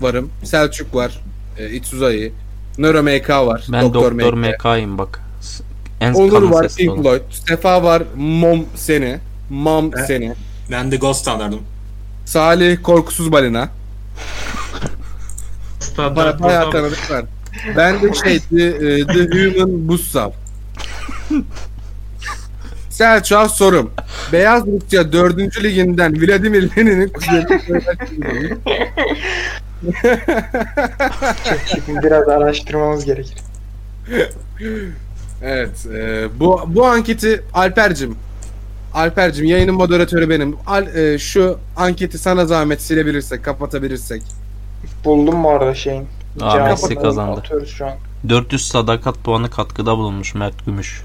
[SPEAKER 1] varım. Selçuk var. Ee, İtsuzai. Nöro MK var.
[SPEAKER 10] Ben Doktor,
[SPEAKER 1] MK.
[SPEAKER 10] MK'yım bak. S- En
[SPEAKER 1] Onur
[SPEAKER 10] kalın
[SPEAKER 1] var.
[SPEAKER 10] sesli
[SPEAKER 1] Pink
[SPEAKER 10] olan.
[SPEAKER 1] Floyd. Sefa var. Mom seni. Mom
[SPEAKER 5] Evet.
[SPEAKER 1] seni.
[SPEAKER 5] Ben de Ghost standardım.
[SPEAKER 1] Salih Korkusuz Balina. Bana
[SPEAKER 4] Standart
[SPEAKER 1] bayağı
[SPEAKER 4] adam.
[SPEAKER 1] tanıdık var. Ben de şey The, e, the Human Bussav. Selçuk'a sorum. Beyaz Rusya 4. liginden Vladimir Lenin'in kuzeni <laughs>
[SPEAKER 3] Şimdi biraz araştırmamız gerekir.
[SPEAKER 1] Evet. e, bu bu anketi Alper'cim Alper'cim yayının moderatörü benim. Al, e, şu anketi sana zahmet silebilirsek, kapatabilirsek.
[SPEAKER 3] Buldum bu arada şeyin.
[SPEAKER 10] Aa,
[SPEAKER 3] cevabını.
[SPEAKER 10] Messi kazandı.
[SPEAKER 3] Atıyoruz şu an.
[SPEAKER 10] 400 sadakat puanı katkıda bulunmuş Mert Gümüş.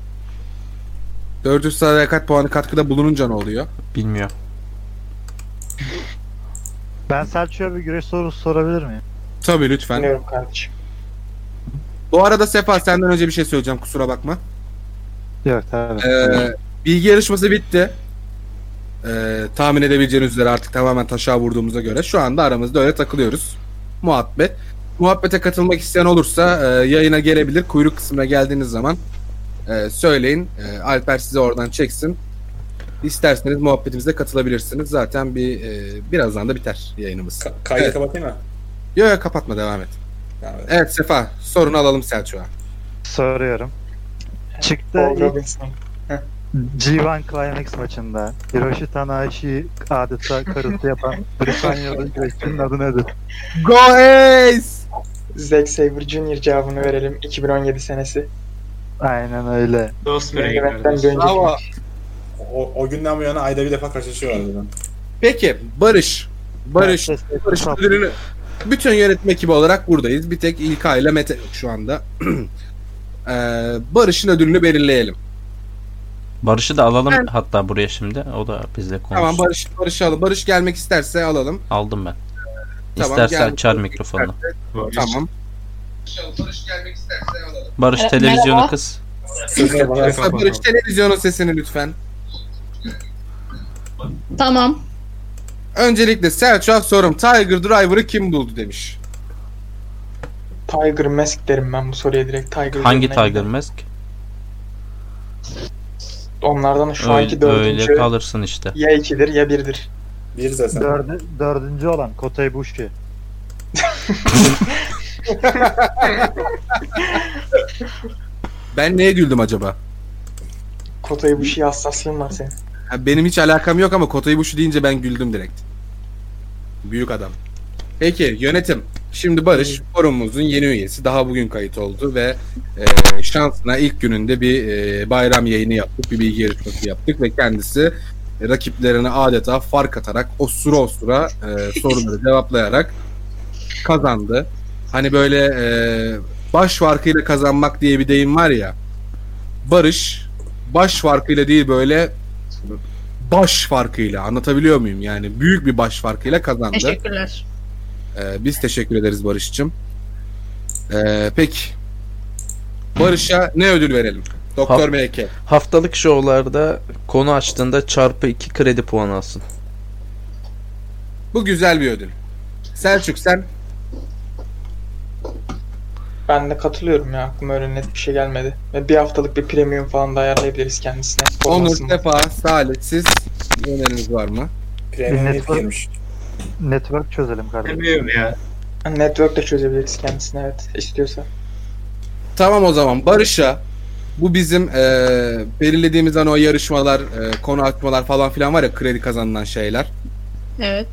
[SPEAKER 1] 400 sadakat puanı katkıda bulununca ne oluyor?
[SPEAKER 10] Bilmiyor.
[SPEAKER 9] Ben Selçuk'a bir güreş sorusu sorabilir miyim?
[SPEAKER 1] Tabii lütfen.
[SPEAKER 3] Dinliyorum kardeşim.
[SPEAKER 1] Bu arada Sefa senden önce bir şey söyleyeceğim kusura bakma.
[SPEAKER 9] Yok tabii.
[SPEAKER 1] Ee, bilgi yarışması bitti. Ee, tahmin edebileceğiniz üzere artık tamamen taşa vurduğumuza göre şu anda aramızda öyle takılıyoruz. Muhabbet. Muhabbete katılmak isteyen olursa e, yayına gelebilir. Kuyruk kısmına geldiğiniz zaman e, söyleyin. E, Alper size oradan çeksin. İsterseniz muhabbetimize katılabilirsiniz. Zaten bir e, birazdan da biter yayınımız.
[SPEAKER 5] Ka- kaydı
[SPEAKER 1] Evet.
[SPEAKER 5] kapatayım mı?
[SPEAKER 1] Yok yok kapatma devam et.
[SPEAKER 5] Yani
[SPEAKER 1] Evet Sefa sorunu alalım Selçuk'a.
[SPEAKER 9] Soruyorum. Çıktı
[SPEAKER 3] Paul
[SPEAKER 9] ilk
[SPEAKER 3] Robinson.
[SPEAKER 9] G1 Climax maçında Hiroshi Tanahashi'yi adeta karısı yapan Britanyalı güreşçinin adı nedir?
[SPEAKER 1] Go Ace!
[SPEAKER 3] Zack Sabre Jr. cevabını verelim. 2017 senesi.
[SPEAKER 9] Aynen öyle.
[SPEAKER 4] Dost
[SPEAKER 3] Main
[SPEAKER 4] yüreği
[SPEAKER 3] Event'ten
[SPEAKER 4] kardeş.
[SPEAKER 3] bir önceki
[SPEAKER 1] Bravo.
[SPEAKER 3] maç.
[SPEAKER 5] o, o günden bu yana ayda bir defa karşılaşıyorlar zaten.
[SPEAKER 1] Peki Barış. Barış.
[SPEAKER 9] Herkes-
[SPEAKER 1] Barış Müdürü'nü- bütün yönetim ekibi olarak buradayız. Bir tek İlkay ile Mete yok şu anda. <clears throat> Ee, Barış'ın ödülünü belirleyelim.
[SPEAKER 10] Barış'ı da alalım
[SPEAKER 1] Ben-
[SPEAKER 10] hatta buraya şimdi. O da bizle konuşsun.
[SPEAKER 1] Tamam Barış Barış'ı alalım. Barış gelmek isterse alalım.
[SPEAKER 10] Aldım ben.
[SPEAKER 1] Tamam,
[SPEAKER 10] İsterse
[SPEAKER 1] gel.
[SPEAKER 10] açar mikrofonunu.
[SPEAKER 1] Tamam.
[SPEAKER 6] İnşallah Barış gelmek isterse alalım.
[SPEAKER 10] Barış
[SPEAKER 7] Mer-
[SPEAKER 10] televizyonu
[SPEAKER 7] Ee, merhaba.
[SPEAKER 10] kız.
[SPEAKER 5] Sözler bana.
[SPEAKER 1] Barış, Barış televizyonun sesini lütfen.
[SPEAKER 7] Tamam.
[SPEAKER 1] Öncelikle Selçuk'a sorum. Tiger Driver'ı kim buldu demiş.
[SPEAKER 3] Tiger Mask derim ben bu soruya direkt. Tiger
[SPEAKER 10] Hangi
[SPEAKER 3] üzerinden
[SPEAKER 10] Tiger
[SPEAKER 3] gidelim.
[SPEAKER 10] Mask?
[SPEAKER 3] Onlardan şu anki
[SPEAKER 10] Öyle,
[SPEAKER 3] dördüncü
[SPEAKER 10] öyle kalırsın işte.
[SPEAKER 3] ya ikidir ya birdir.
[SPEAKER 5] Bir zaten.
[SPEAKER 9] Dördü, dördüncü olan Kotay Buşki.
[SPEAKER 1] Ben neye güldüm acaba?
[SPEAKER 3] Kota'yı bu şey hassaslığın var senin.
[SPEAKER 1] Ha, benim hiç alakam yok ama Kota'yı Buşu deyince ben güldüm direkt. Büyük adam. Peki yönetim. Şimdi Barış forumumuzun yeni üyesi. Daha bugün kayıt oldu ve e, şansına ilk gününde bir e, bayram yayını yaptık. Bir bilgi yarışması yaptık ve kendisi rakiplerine adeta fark atarak osura osura e, soruları cevaplayarak kazandı. Hani böyle e, baş farkıyla kazanmak diye bir deyim var ya. Barış baş farkıyla değil böyle baş farkıyla anlatabiliyor muyum? Yani büyük bir baş farkıyla kazandı.
[SPEAKER 7] Teşekkürler.
[SPEAKER 1] Ee, biz teşekkür ederiz Barış'cığım. Ee, peki. Barış'a ne ödül verelim? Doktor
[SPEAKER 10] Hap-
[SPEAKER 1] MK.
[SPEAKER 10] Haftalık şovlarda konu açtığında çarpı 2 kredi puanı alsın.
[SPEAKER 1] Bu güzel bir ödül. Selçuk sen
[SPEAKER 3] Ben de katılıyorum ya. Aklıma öyle net bir şey gelmedi. Ve bir haftalık bir premium falan da ayarlayabiliriz kendisine.
[SPEAKER 1] Onur
[SPEAKER 3] Olmasın mı?
[SPEAKER 1] Sefa Salih siz bir öneriniz var mı?
[SPEAKER 5] Premium
[SPEAKER 9] Millet var.
[SPEAKER 5] girmiş.
[SPEAKER 9] Network çözelim kardeşim.
[SPEAKER 4] Bilmiyorum ya.
[SPEAKER 3] Network de çözebiliriz kendisine evet istiyorsa.
[SPEAKER 1] Tamam o zaman Barış'a bu bizim eee, belirlediğimiz hani o yarışmalar, eee, konu açmalar falan filan var ya kredi kazanılan şeyler.
[SPEAKER 7] Evet.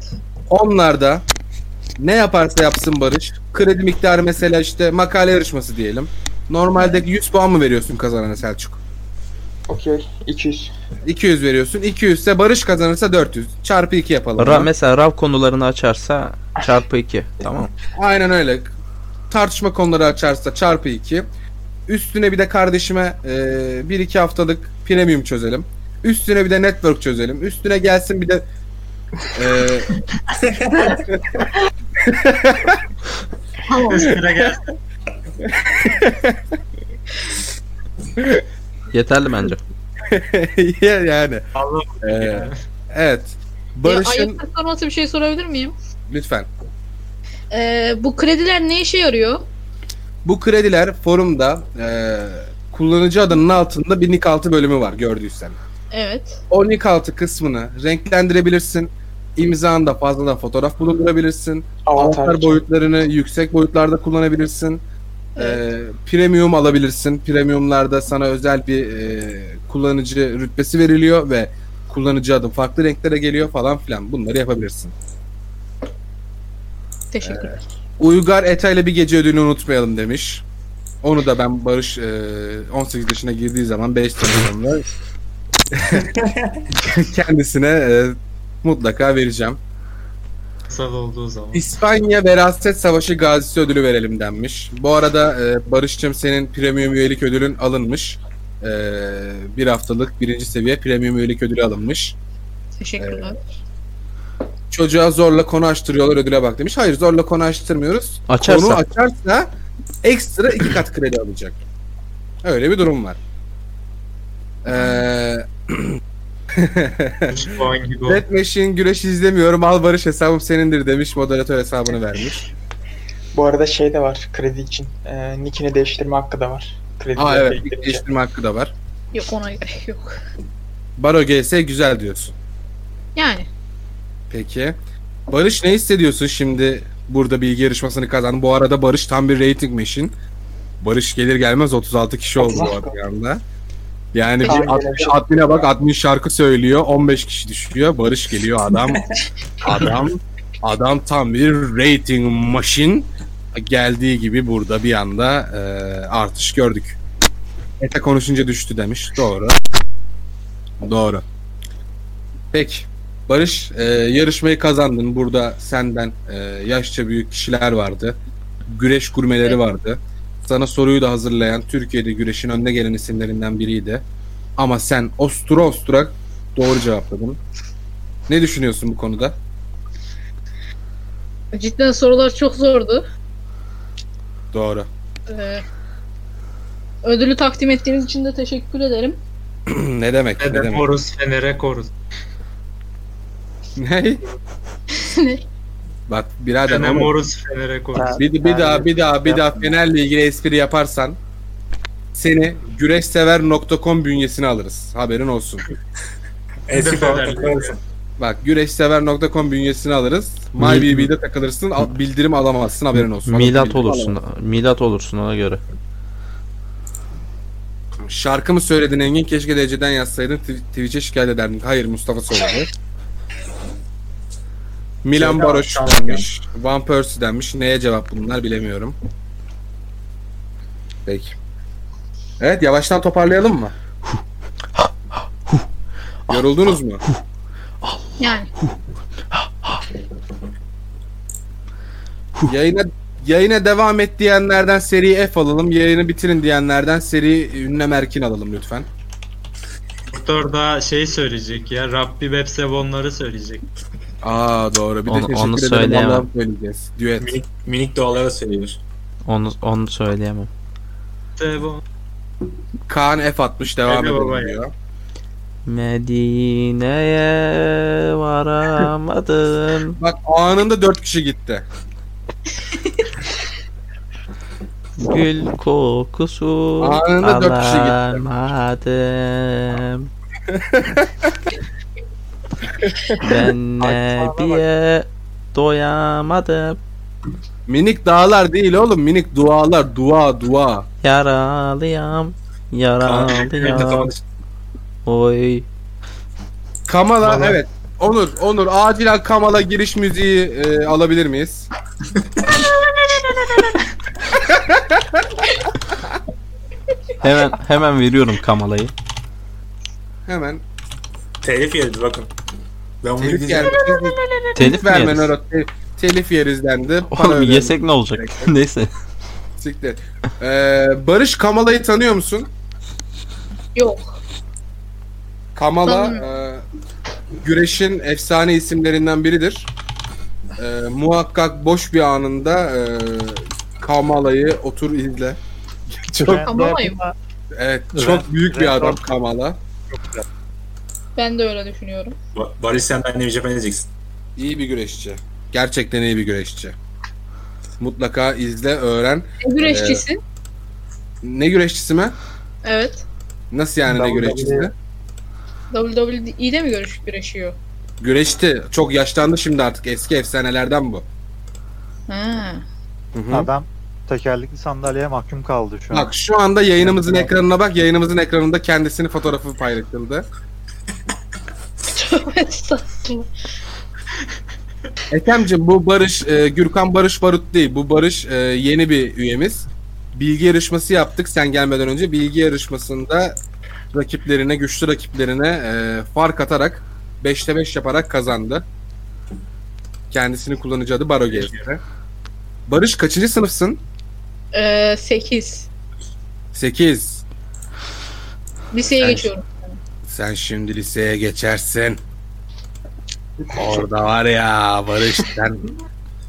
[SPEAKER 1] Onlarda ne yaparsa yapsın Barış. Kredi miktarı mesela işte makale yarışması diyelim. Normalde 100 puan mı veriyorsun kazanana Selçuk?
[SPEAKER 3] Okey 200.
[SPEAKER 1] 200 veriyorsun. 200 ise Barış kazanırsa 400. Çarpı 2 yapalım.
[SPEAKER 10] Ra- mesela RAV konularını açarsa çarpı 2. Tamam.
[SPEAKER 1] Aynen öyle. Tartışma konuları açarsa çarpı 2. Üstüne bir de kardeşime 1-2 haftalık premium çözelim. Üstüne bir de network çözelim. Üstüne gelsin bir de e, <laughs>
[SPEAKER 4] Üstüne gel.
[SPEAKER 10] Yeterli bence.
[SPEAKER 1] yani. E, evet.
[SPEAKER 7] Barış'ın... Ya,
[SPEAKER 1] Barış'ın
[SPEAKER 7] ayıptır sorması bir şey sorabilir miyim?
[SPEAKER 1] lütfen.
[SPEAKER 7] Ee, bu krediler ne işe yarıyor?
[SPEAKER 1] Bu krediler forumda e, kullanıcı adının altında bir nick altı bölümü var gördüysen.
[SPEAKER 7] Evet.
[SPEAKER 1] O nick altı kısmını renklendirebilirsin. İmzanda fazladan fotoğraf bulundurabilirsin.
[SPEAKER 3] Avatar.
[SPEAKER 1] Avatar boyutlarını yüksek boyutlarda kullanabilirsin. Ee, premium alabilirsin. Premiumlarda sana özel bir e, kullanıcı rütbesi veriliyor ve kullanıcı adı farklı renklere geliyor falan filan. Bunları yapabilirsin.
[SPEAKER 7] Teşekkürler.
[SPEAKER 1] Uygar Eta ile bir gece ödülünü unutmayalım demiş. Onu da ben Barış e, 18 yaşına girdiği zaman 5 Temmuz'da kendisine e, mutlaka vereceğim.
[SPEAKER 4] Kısal olduğu zaman.
[SPEAKER 1] İspanya Veraset Savaşı Gazisi ödülü verelim denmiş. Bu arada e, Barış'cığım senin premium üyelik ödülün alınmış. E, bir haftalık birinci seviye premium üyelik ödülü alınmış.
[SPEAKER 7] Teşekkürler.
[SPEAKER 1] Çocuğa zorla konu açtırıyorlar ödüle bak demiş. Hayır zorla konu açtırmıyoruz.
[SPEAKER 10] Açarsa.
[SPEAKER 1] Konu açarsa ekstra iki kat kredi alacak. Öyle bir durum var. Ee, Eee...
[SPEAKER 4] Şu an gibi oldu.
[SPEAKER 1] Death Machine güreşi izlemiyorum. Al Barış hesabım senindir demiş. Moderatör hesabını vermiş.
[SPEAKER 3] Bu arada şey de var kredi için. Ee, nickini değiştirme hakkı da var. Kredi
[SPEAKER 1] Aa evet.
[SPEAKER 3] biriktirince.
[SPEAKER 1] Değiştirme hakkı da var.
[SPEAKER 7] Yok ona gerek yok.
[SPEAKER 1] Baro GS güzel diyorsun.
[SPEAKER 7] Yani
[SPEAKER 1] Peki. Barış ne hissediyorsun şimdi burada bilgi yarışmasını kazandın? Bu arada Barış tam bir rating machine. Barış gelir gelmez 36 kişi oldu bu arada yanında. Yani bir
[SPEAKER 3] Aynen.
[SPEAKER 1] admin- admine bak 60 şarkı söylüyor 15 kişi düşüyor. Barış geliyor adam adam adam tam bir rating machine geldiği gibi burada bir anda e, artış gördük. Meta konuşunca düştü demiş. Doğru. Doğru. Peki. Barış e, yarışmayı kazandın. Burada senden e, yaşça büyük kişiler vardı. Güreş gurmeleri vardı. Sana soruyu da hazırlayan Türkiye'de güreşin önde gelen isimlerinden biriydi. Ama sen ostura ostura doğru cevapladın. Ne düşünüyorsun bu konuda?
[SPEAKER 7] cidden sorular çok zordu.
[SPEAKER 1] Doğru.
[SPEAKER 7] Ee, ödülü takdim ettiğiniz için de teşekkür ederim.
[SPEAKER 1] <clears throat> ne demek? Ne <laughs>
[SPEAKER 4] Neden
[SPEAKER 1] demek?
[SPEAKER 4] koruz, fenere koruz.
[SPEAKER 1] Ne?
[SPEAKER 7] Ne?
[SPEAKER 1] Bak birader
[SPEAKER 4] Neden
[SPEAKER 1] onu-
[SPEAKER 4] koruz, fenere koruz.
[SPEAKER 1] bir, bir
[SPEAKER 9] Yani
[SPEAKER 1] daha bir daha bir daha
[SPEAKER 9] yapma.
[SPEAKER 1] Fener'le ilgili espri yaparsan seni güreşsever.com bünyesine alırız. Haberin olsun.
[SPEAKER 5] Eski falan
[SPEAKER 4] Defelerle.
[SPEAKER 5] takılırsın.
[SPEAKER 1] Bak güreşsever.com bünyesine alırız. MyBB'de takılırsın. al- bildirim alamazsın. Haberin olsun.
[SPEAKER 10] Milat
[SPEAKER 1] Bildirim
[SPEAKER 10] olursun. Milat olursun ona
[SPEAKER 1] <laughs>
[SPEAKER 10] göre.
[SPEAKER 1] Şarkımı söyledin Engin. Keşke DC'den yazsaydın. Tw- Twitch'e şikayet ederdin. Hayır Mustafa söyledi. Milan
[SPEAKER 3] Şeyde
[SPEAKER 1] Baroş
[SPEAKER 3] almış,
[SPEAKER 1] denmiş. Van Persie denmiş. Neye cevap bunlar bilemiyorum. Peki. Evet yavaştan toparlayalım mı? Yoruldunuz mu?
[SPEAKER 7] Yani.
[SPEAKER 1] Yayına yayına devam et diyenlerden seri F alalım. Yayını bitirin diyenlerden seri Ünlem Erkin alalım lütfen.
[SPEAKER 4] Doktor daha şey söyleyecek ya. Rabbi web sevonları söyleyecek.
[SPEAKER 1] Aa doğru. Bir de
[SPEAKER 10] Onu-
[SPEAKER 1] teşekkür
[SPEAKER 10] onu
[SPEAKER 1] ederim.
[SPEAKER 10] söyleyemem.
[SPEAKER 1] Allah'ım söyleyeceğiz. Düet.
[SPEAKER 5] Minik, minik dualara söylenir.
[SPEAKER 10] Onu onu söyleyemem.
[SPEAKER 4] Sevon.
[SPEAKER 1] Kaan F atmış devam
[SPEAKER 4] Hadi
[SPEAKER 1] edelim
[SPEAKER 4] baba ya.
[SPEAKER 1] diyor.
[SPEAKER 10] Medine'ye <laughs> varamadım.
[SPEAKER 1] Bak anında 4 kişi gitti.
[SPEAKER 10] Gül kokusu
[SPEAKER 1] Anında dört kişi gitti.
[SPEAKER 10] alamadım. ben Nebi'ye doyamadım.
[SPEAKER 1] Minik dağlar değil oğlum minik dualar dua dua.
[SPEAKER 10] Yaralıyam,
[SPEAKER 5] Elinde
[SPEAKER 10] yaralıyam.
[SPEAKER 5] tavan-
[SPEAKER 10] Oy.
[SPEAKER 1] Kamala evet. Onur Onur acilen Kamala giriş müziği e, alabilir miyiz?
[SPEAKER 10] Hemen hemen veriyorum Kamala'yı.
[SPEAKER 1] Hemen.
[SPEAKER 5] Telif yeriz bakın. Ben bunu
[SPEAKER 1] Telif
[SPEAKER 5] gideceğim.
[SPEAKER 1] yer.
[SPEAKER 10] Telif mi
[SPEAKER 1] verme
[SPEAKER 10] yeriz?
[SPEAKER 1] Nero, te- e, Telif yeriz dendi. Para
[SPEAKER 10] Oğlum
[SPEAKER 1] ödendi.
[SPEAKER 10] yesek ne olacak? <laughs> Neyse.
[SPEAKER 1] Siktir. E, Barış Kamala'yı tanıyor musun?
[SPEAKER 7] Yok.
[SPEAKER 1] Kamala e, güreşin efsane isimlerinden biridir. E, muhakkak boş bir anında e, Kamala'yı otur izle. Çok
[SPEAKER 7] Kamalayım.
[SPEAKER 1] evet
[SPEAKER 9] Evet.
[SPEAKER 1] çok büyük bir
[SPEAKER 9] Evet,
[SPEAKER 1] adam
[SPEAKER 9] doğru.
[SPEAKER 1] Kamala.
[SPEAKER 7] Ben de öyle düşünüyorum.
[SPEAKER 5] Ba- Barış sen ben ne Japan edeceksin.
[SPEAKER 1] İyi bir güreşçi. Gerçekten iyi bir güreşçi. Mutlaka izle, öğren.
[SPEAKER 7] E, güreşçisi.
[SPEAKER 1] Ne güreşçisi mi?
[SPEAKER 7] Evet.
[SPEAKER 1] Nasıl yani ne
[SPEAKER 3] WWE.
[SPEAKER 1] güreşçisi?
[SPEAKER 7] WWE'de mi görüş güreşiyor?
[SPEAKER 1] Güreşti. Çok yaşlandı şimdi artık. Eski efsanelerden bu.
[SPEAKER 7] Ha.
[SPEAKER 1] Hı hı.
[SPEAKER 9] Adam tekerlekli sandalyeye mahkum kaldı şu an.
[SPEAKER 1] Bak şu anda yayınımızın ekranına bak. Yayınımızın ekranında kendisini fotoğrafı paylaşıldı.
[SPEAKER 7] Tövbe <laughs> estağfurullah.
[SPEAKER 1] Ethem'cim bu Barış, e, Gürkan Barış Barut değil. Bu Barış e, yeni bir üyemiz. Bilgi yarışması yaptık sen gelmeden önce. Bilgi yarışmasında rakiplerine, güçlü rakiplerine e, fark atarak 5'te 5 yaparak kazandı. Kendisini kullanıcı adı Baro Gezdi. Barış kaçıncı sınıfsın?
[SPEAKER 7] Ee, 8.
[SPEAKER 1] 8.
[SPEAKER 7] Liseye
[SPEAKER 1] Ben-
[SPEAKER 7] geçiyorum.
[SPEAKER 1] Sen şimdi liseye geçersin. Orada var ya Barış sen...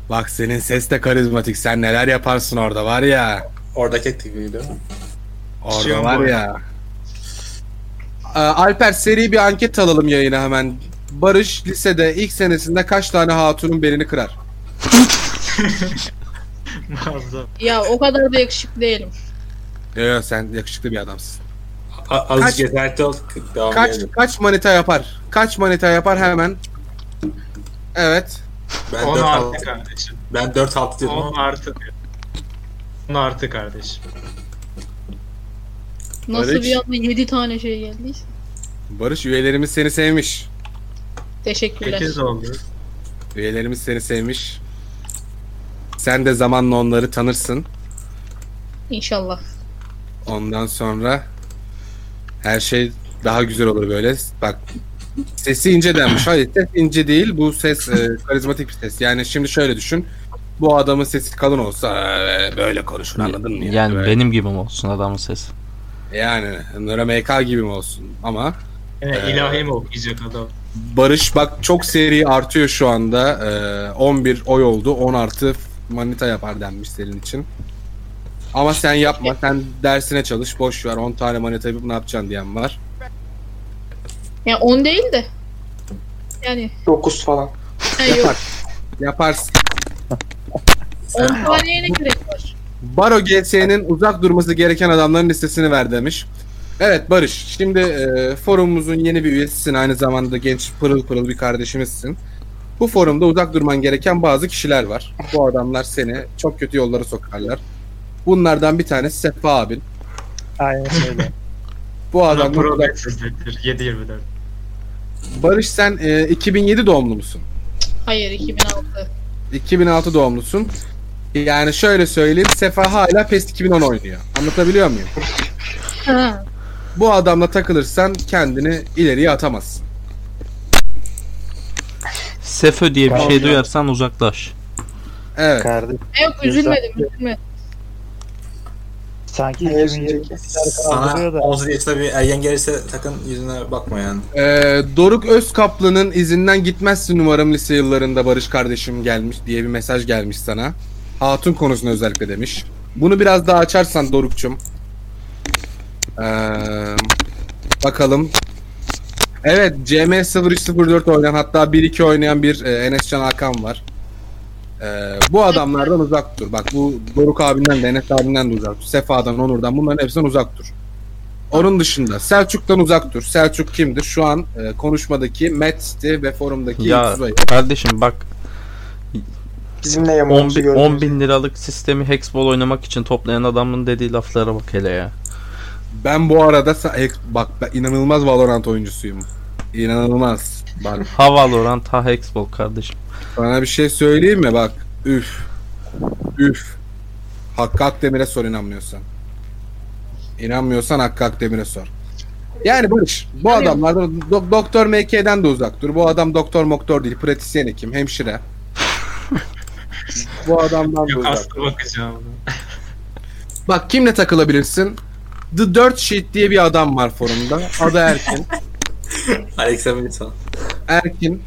[SPEAKER 1] Bak senin ses de karizmatik. Sen neler yaparsın orada var ya.
[SPEAKER 5] Oradaki etkili değil mi?
[SPEAKER 1] Orada
[SPEAKER 4] Şiyon
[SPEAKER 1] var
[SPEAKER 4] boy.
[SPEAKER 1] ya. Ee, Alper seri bir anket alalım yayına hemen. Barış lisede ilk senesinde kaç tane hatunun belini kırar?
[SPEAKER 4] Muazzam.
[SPEAKER 7] Ya o kadar da yakışıklı değilim.
[SPEAKER 1] Yo, yo, sen yakışıklı bir adamsın.
[SPEAKER 5] A-
[SPEAKER 1] Kaç-
[SPEAKER 5] Azıcık yeterli ol. Devam
[SPEAKER 1] Kaç
[SPEAKER 5] edelim.
[SPEAKER 1] kaç manita yapar? Kaç manita yapar hemen? Evet.
[SPEAKER 5] Ben
[SPEAKER 4] 10
[SPEAKER 5] 4
[SPEAKER 4] artı
[SPEAKER 5] altı.
[SPEAKER 4] kardeşim.
[SPEAKER 5] Ben 4 altı diyorum
[SPEAKER 4] 10
[SPEAKER 5] ama
[SPEAKER 4] artı diyor. 10 artı kardeşim.
[SPEAKER 7] Nasıl
[SPEAKER 1] Barış.
[SPEAKER 7] bir anda 7 tane şey geldiyse.
[SPEAKER 1] Barış üyelerimiz seni sevmiş.
[SPEAKER 7] Teşekkürler.
[SPEAKER 4] 8 oldu.
[SPEAKER 1] Üyelerimiz seni sevmiş. Sen de zamanla onları tanırsın.
[SPEAKER 7] İnşallah.
[SPEAKER 1] Ondan sonra her şey daha güzel olur böyle. Bak sesi ince denmiş. Hayır ses ince değil. Bu ses e, karizmatik bir ses. Yani şimdi şöyle düşün. Bu adamın sesi kalın olsa e, böyle konuşur anladın mı?
[SPEAKER 10] Yani
[SPEAKER 1] Böyle.
[SPEAKER 10] benim gibi mi olsun adamın sesi?
[SPEAKER 1] Yani Nura MK gibi mi olsun? Ama
[SPEAKER 4] Yine
[SPEAKER 1] Ee,
[SPEAKER 4] ilahi mi okuyacak adam?
[SPEAKER 1] Barış bak çok seri artıyor şu anda. E, 11 oy oldu. 10 artı manita yapar denmiş senin için. Ama sen yapma. Sen dersine çalış. Boş ver. 10 tane manita yapıp ne yapacaksın diyen var.
[SPEAKER 7] Yani 10 değil de. Yani.
[SPEAKER 3] 9 falan.
[SPEAKER 7] Ha, yok.
[SPEAKER 1] Yaparsın.
[SPEAKER 5] sen
[SPEAKER 7] 10 taneye ne gerek var?
[SPEAKER 1] Baro GS'nin uzak durması gereken adamların listesini ver demiş. Evet Barış, şimdi e, forumumuzun yeni bir üyesisin. Aynı zamanda genç pırıl pırıl bir kardeşimizsin. Bu forumda uzak durman gereken bazı kişiler var. Bu adamlar seni çok kötü yollara sokarlar. Bunlardan bir tanesi Sefa abin.
[SPEAKER 9] Aynen öyle.
[SPEAKER 1] Bu
[SPEAKER 4] Adam
[SPEAKER 1] adamdan
[SPEAKER 4] pro
[SPEAKER 1] uzak
[SPEAKER 4] betsizdir. 7-24.
[SPEAKER 1] Barış sen e, 2007 doğumlu musun?
[SPEAKER 7] Hayır 2006.
[SPEAKER 1] 2006 doğumlusun. Yani şöyle söyleyeyim Sefa hala PES 2010 oynuyor. Anlatabiliyor muyum?
[SPEAKER 7] Ha.
[SPEAKER 1] Bu adamla takılırsan kendini ileriye atamazsın.
[SPEAKER 10] Sefö diye bir şey duyarsan uzaklaş.
[SPEAKER 1] Evet.
[SPEAKER 9] Kardeş.
[SPEAKER 7] Yok üzülmedim üzülme.
[SPEAKER 9] Sanki
[SPEAKER 3] Hayır,
[SPEAKER 9] 2007
[SPEAKER 5] Sana
[SPEAKER 9] kaldırıyor da.
[SPEAKER 5] 18 yaşında bir ergen gelirse sakın yüzüne bakma yani.
[SPEAKER 1] Ee, Doruk Özkaplı'nın izinden gitmezsin umarım lise yıllarında Barış kardeşim gelmiş diye bir mesaj gelmiş sana. Hatun konusunu özellikle demiş. Bunu biraz daha açarsan Doruk'cum. Ee, bakalım. Evet CM0304 oynayan hatta 1-2 oynayan bir e, Enes Can Hakan var. Ee, bu adamlardan uzak dur. Bak bu Doruk abinden de Enes abinden de uzak dur. Sefa'dan, Onur'dan bunların hepsinden uzak dur. Onun dışında Selçuk'tan uzak dur. Selçuk kimdir? Şu an e, konuşmadaki Met'ti ve forumdaki
[SPEAKER 10] Ya-
[SPEAKER 1] Yiğit Uzay.
[SPEAKER 10] Kardeşim bak
[SPEAKER 3] Bizimle
[SPEAKER 10] 10
[SPEAKER 3] yamanımızı
[SPEAKER 10] bin,
[SPEAKER 3] gördünüz.
[SPEAKER 10] 10 bin liralık sistemi Hexball oynamak için toplayan adamın dediği laflara bak hele ya.
[SPEAKER 1] Ben bu arada sa- e, bak ben inanılmaz Valorant oyuncusuyum. İnanılmaz. Bak
[SPEAKER 10] Havaloran ta Hexball kardeşim.
[SPEAKER 1] sana bir şey söyleyeyim mi? Bak üf. Üf. Hakkı Akdemir'e sor inanmıyorsan. İnanmıyorsan Hakkı Akdemir'e sor. Yani Barış bu adamlardan Do- Doktor MK'den de uzak dur. Bu adam doktor moktor değil. Pratisyen hekim, hemşire. bu adamdan da
[SPEAKER 4] Yok
[SPEAKER 1] uzak
[SPEAKER 4] hasta bakacağım.
[SPEAKER 1] Bak kimle takılabilirsin? The Dirt Sheet diye bir adam var forumda. Adı Erkin.
[SPEAKER 5] Alex Hamilton.
[SPEAKER 1] Erkin.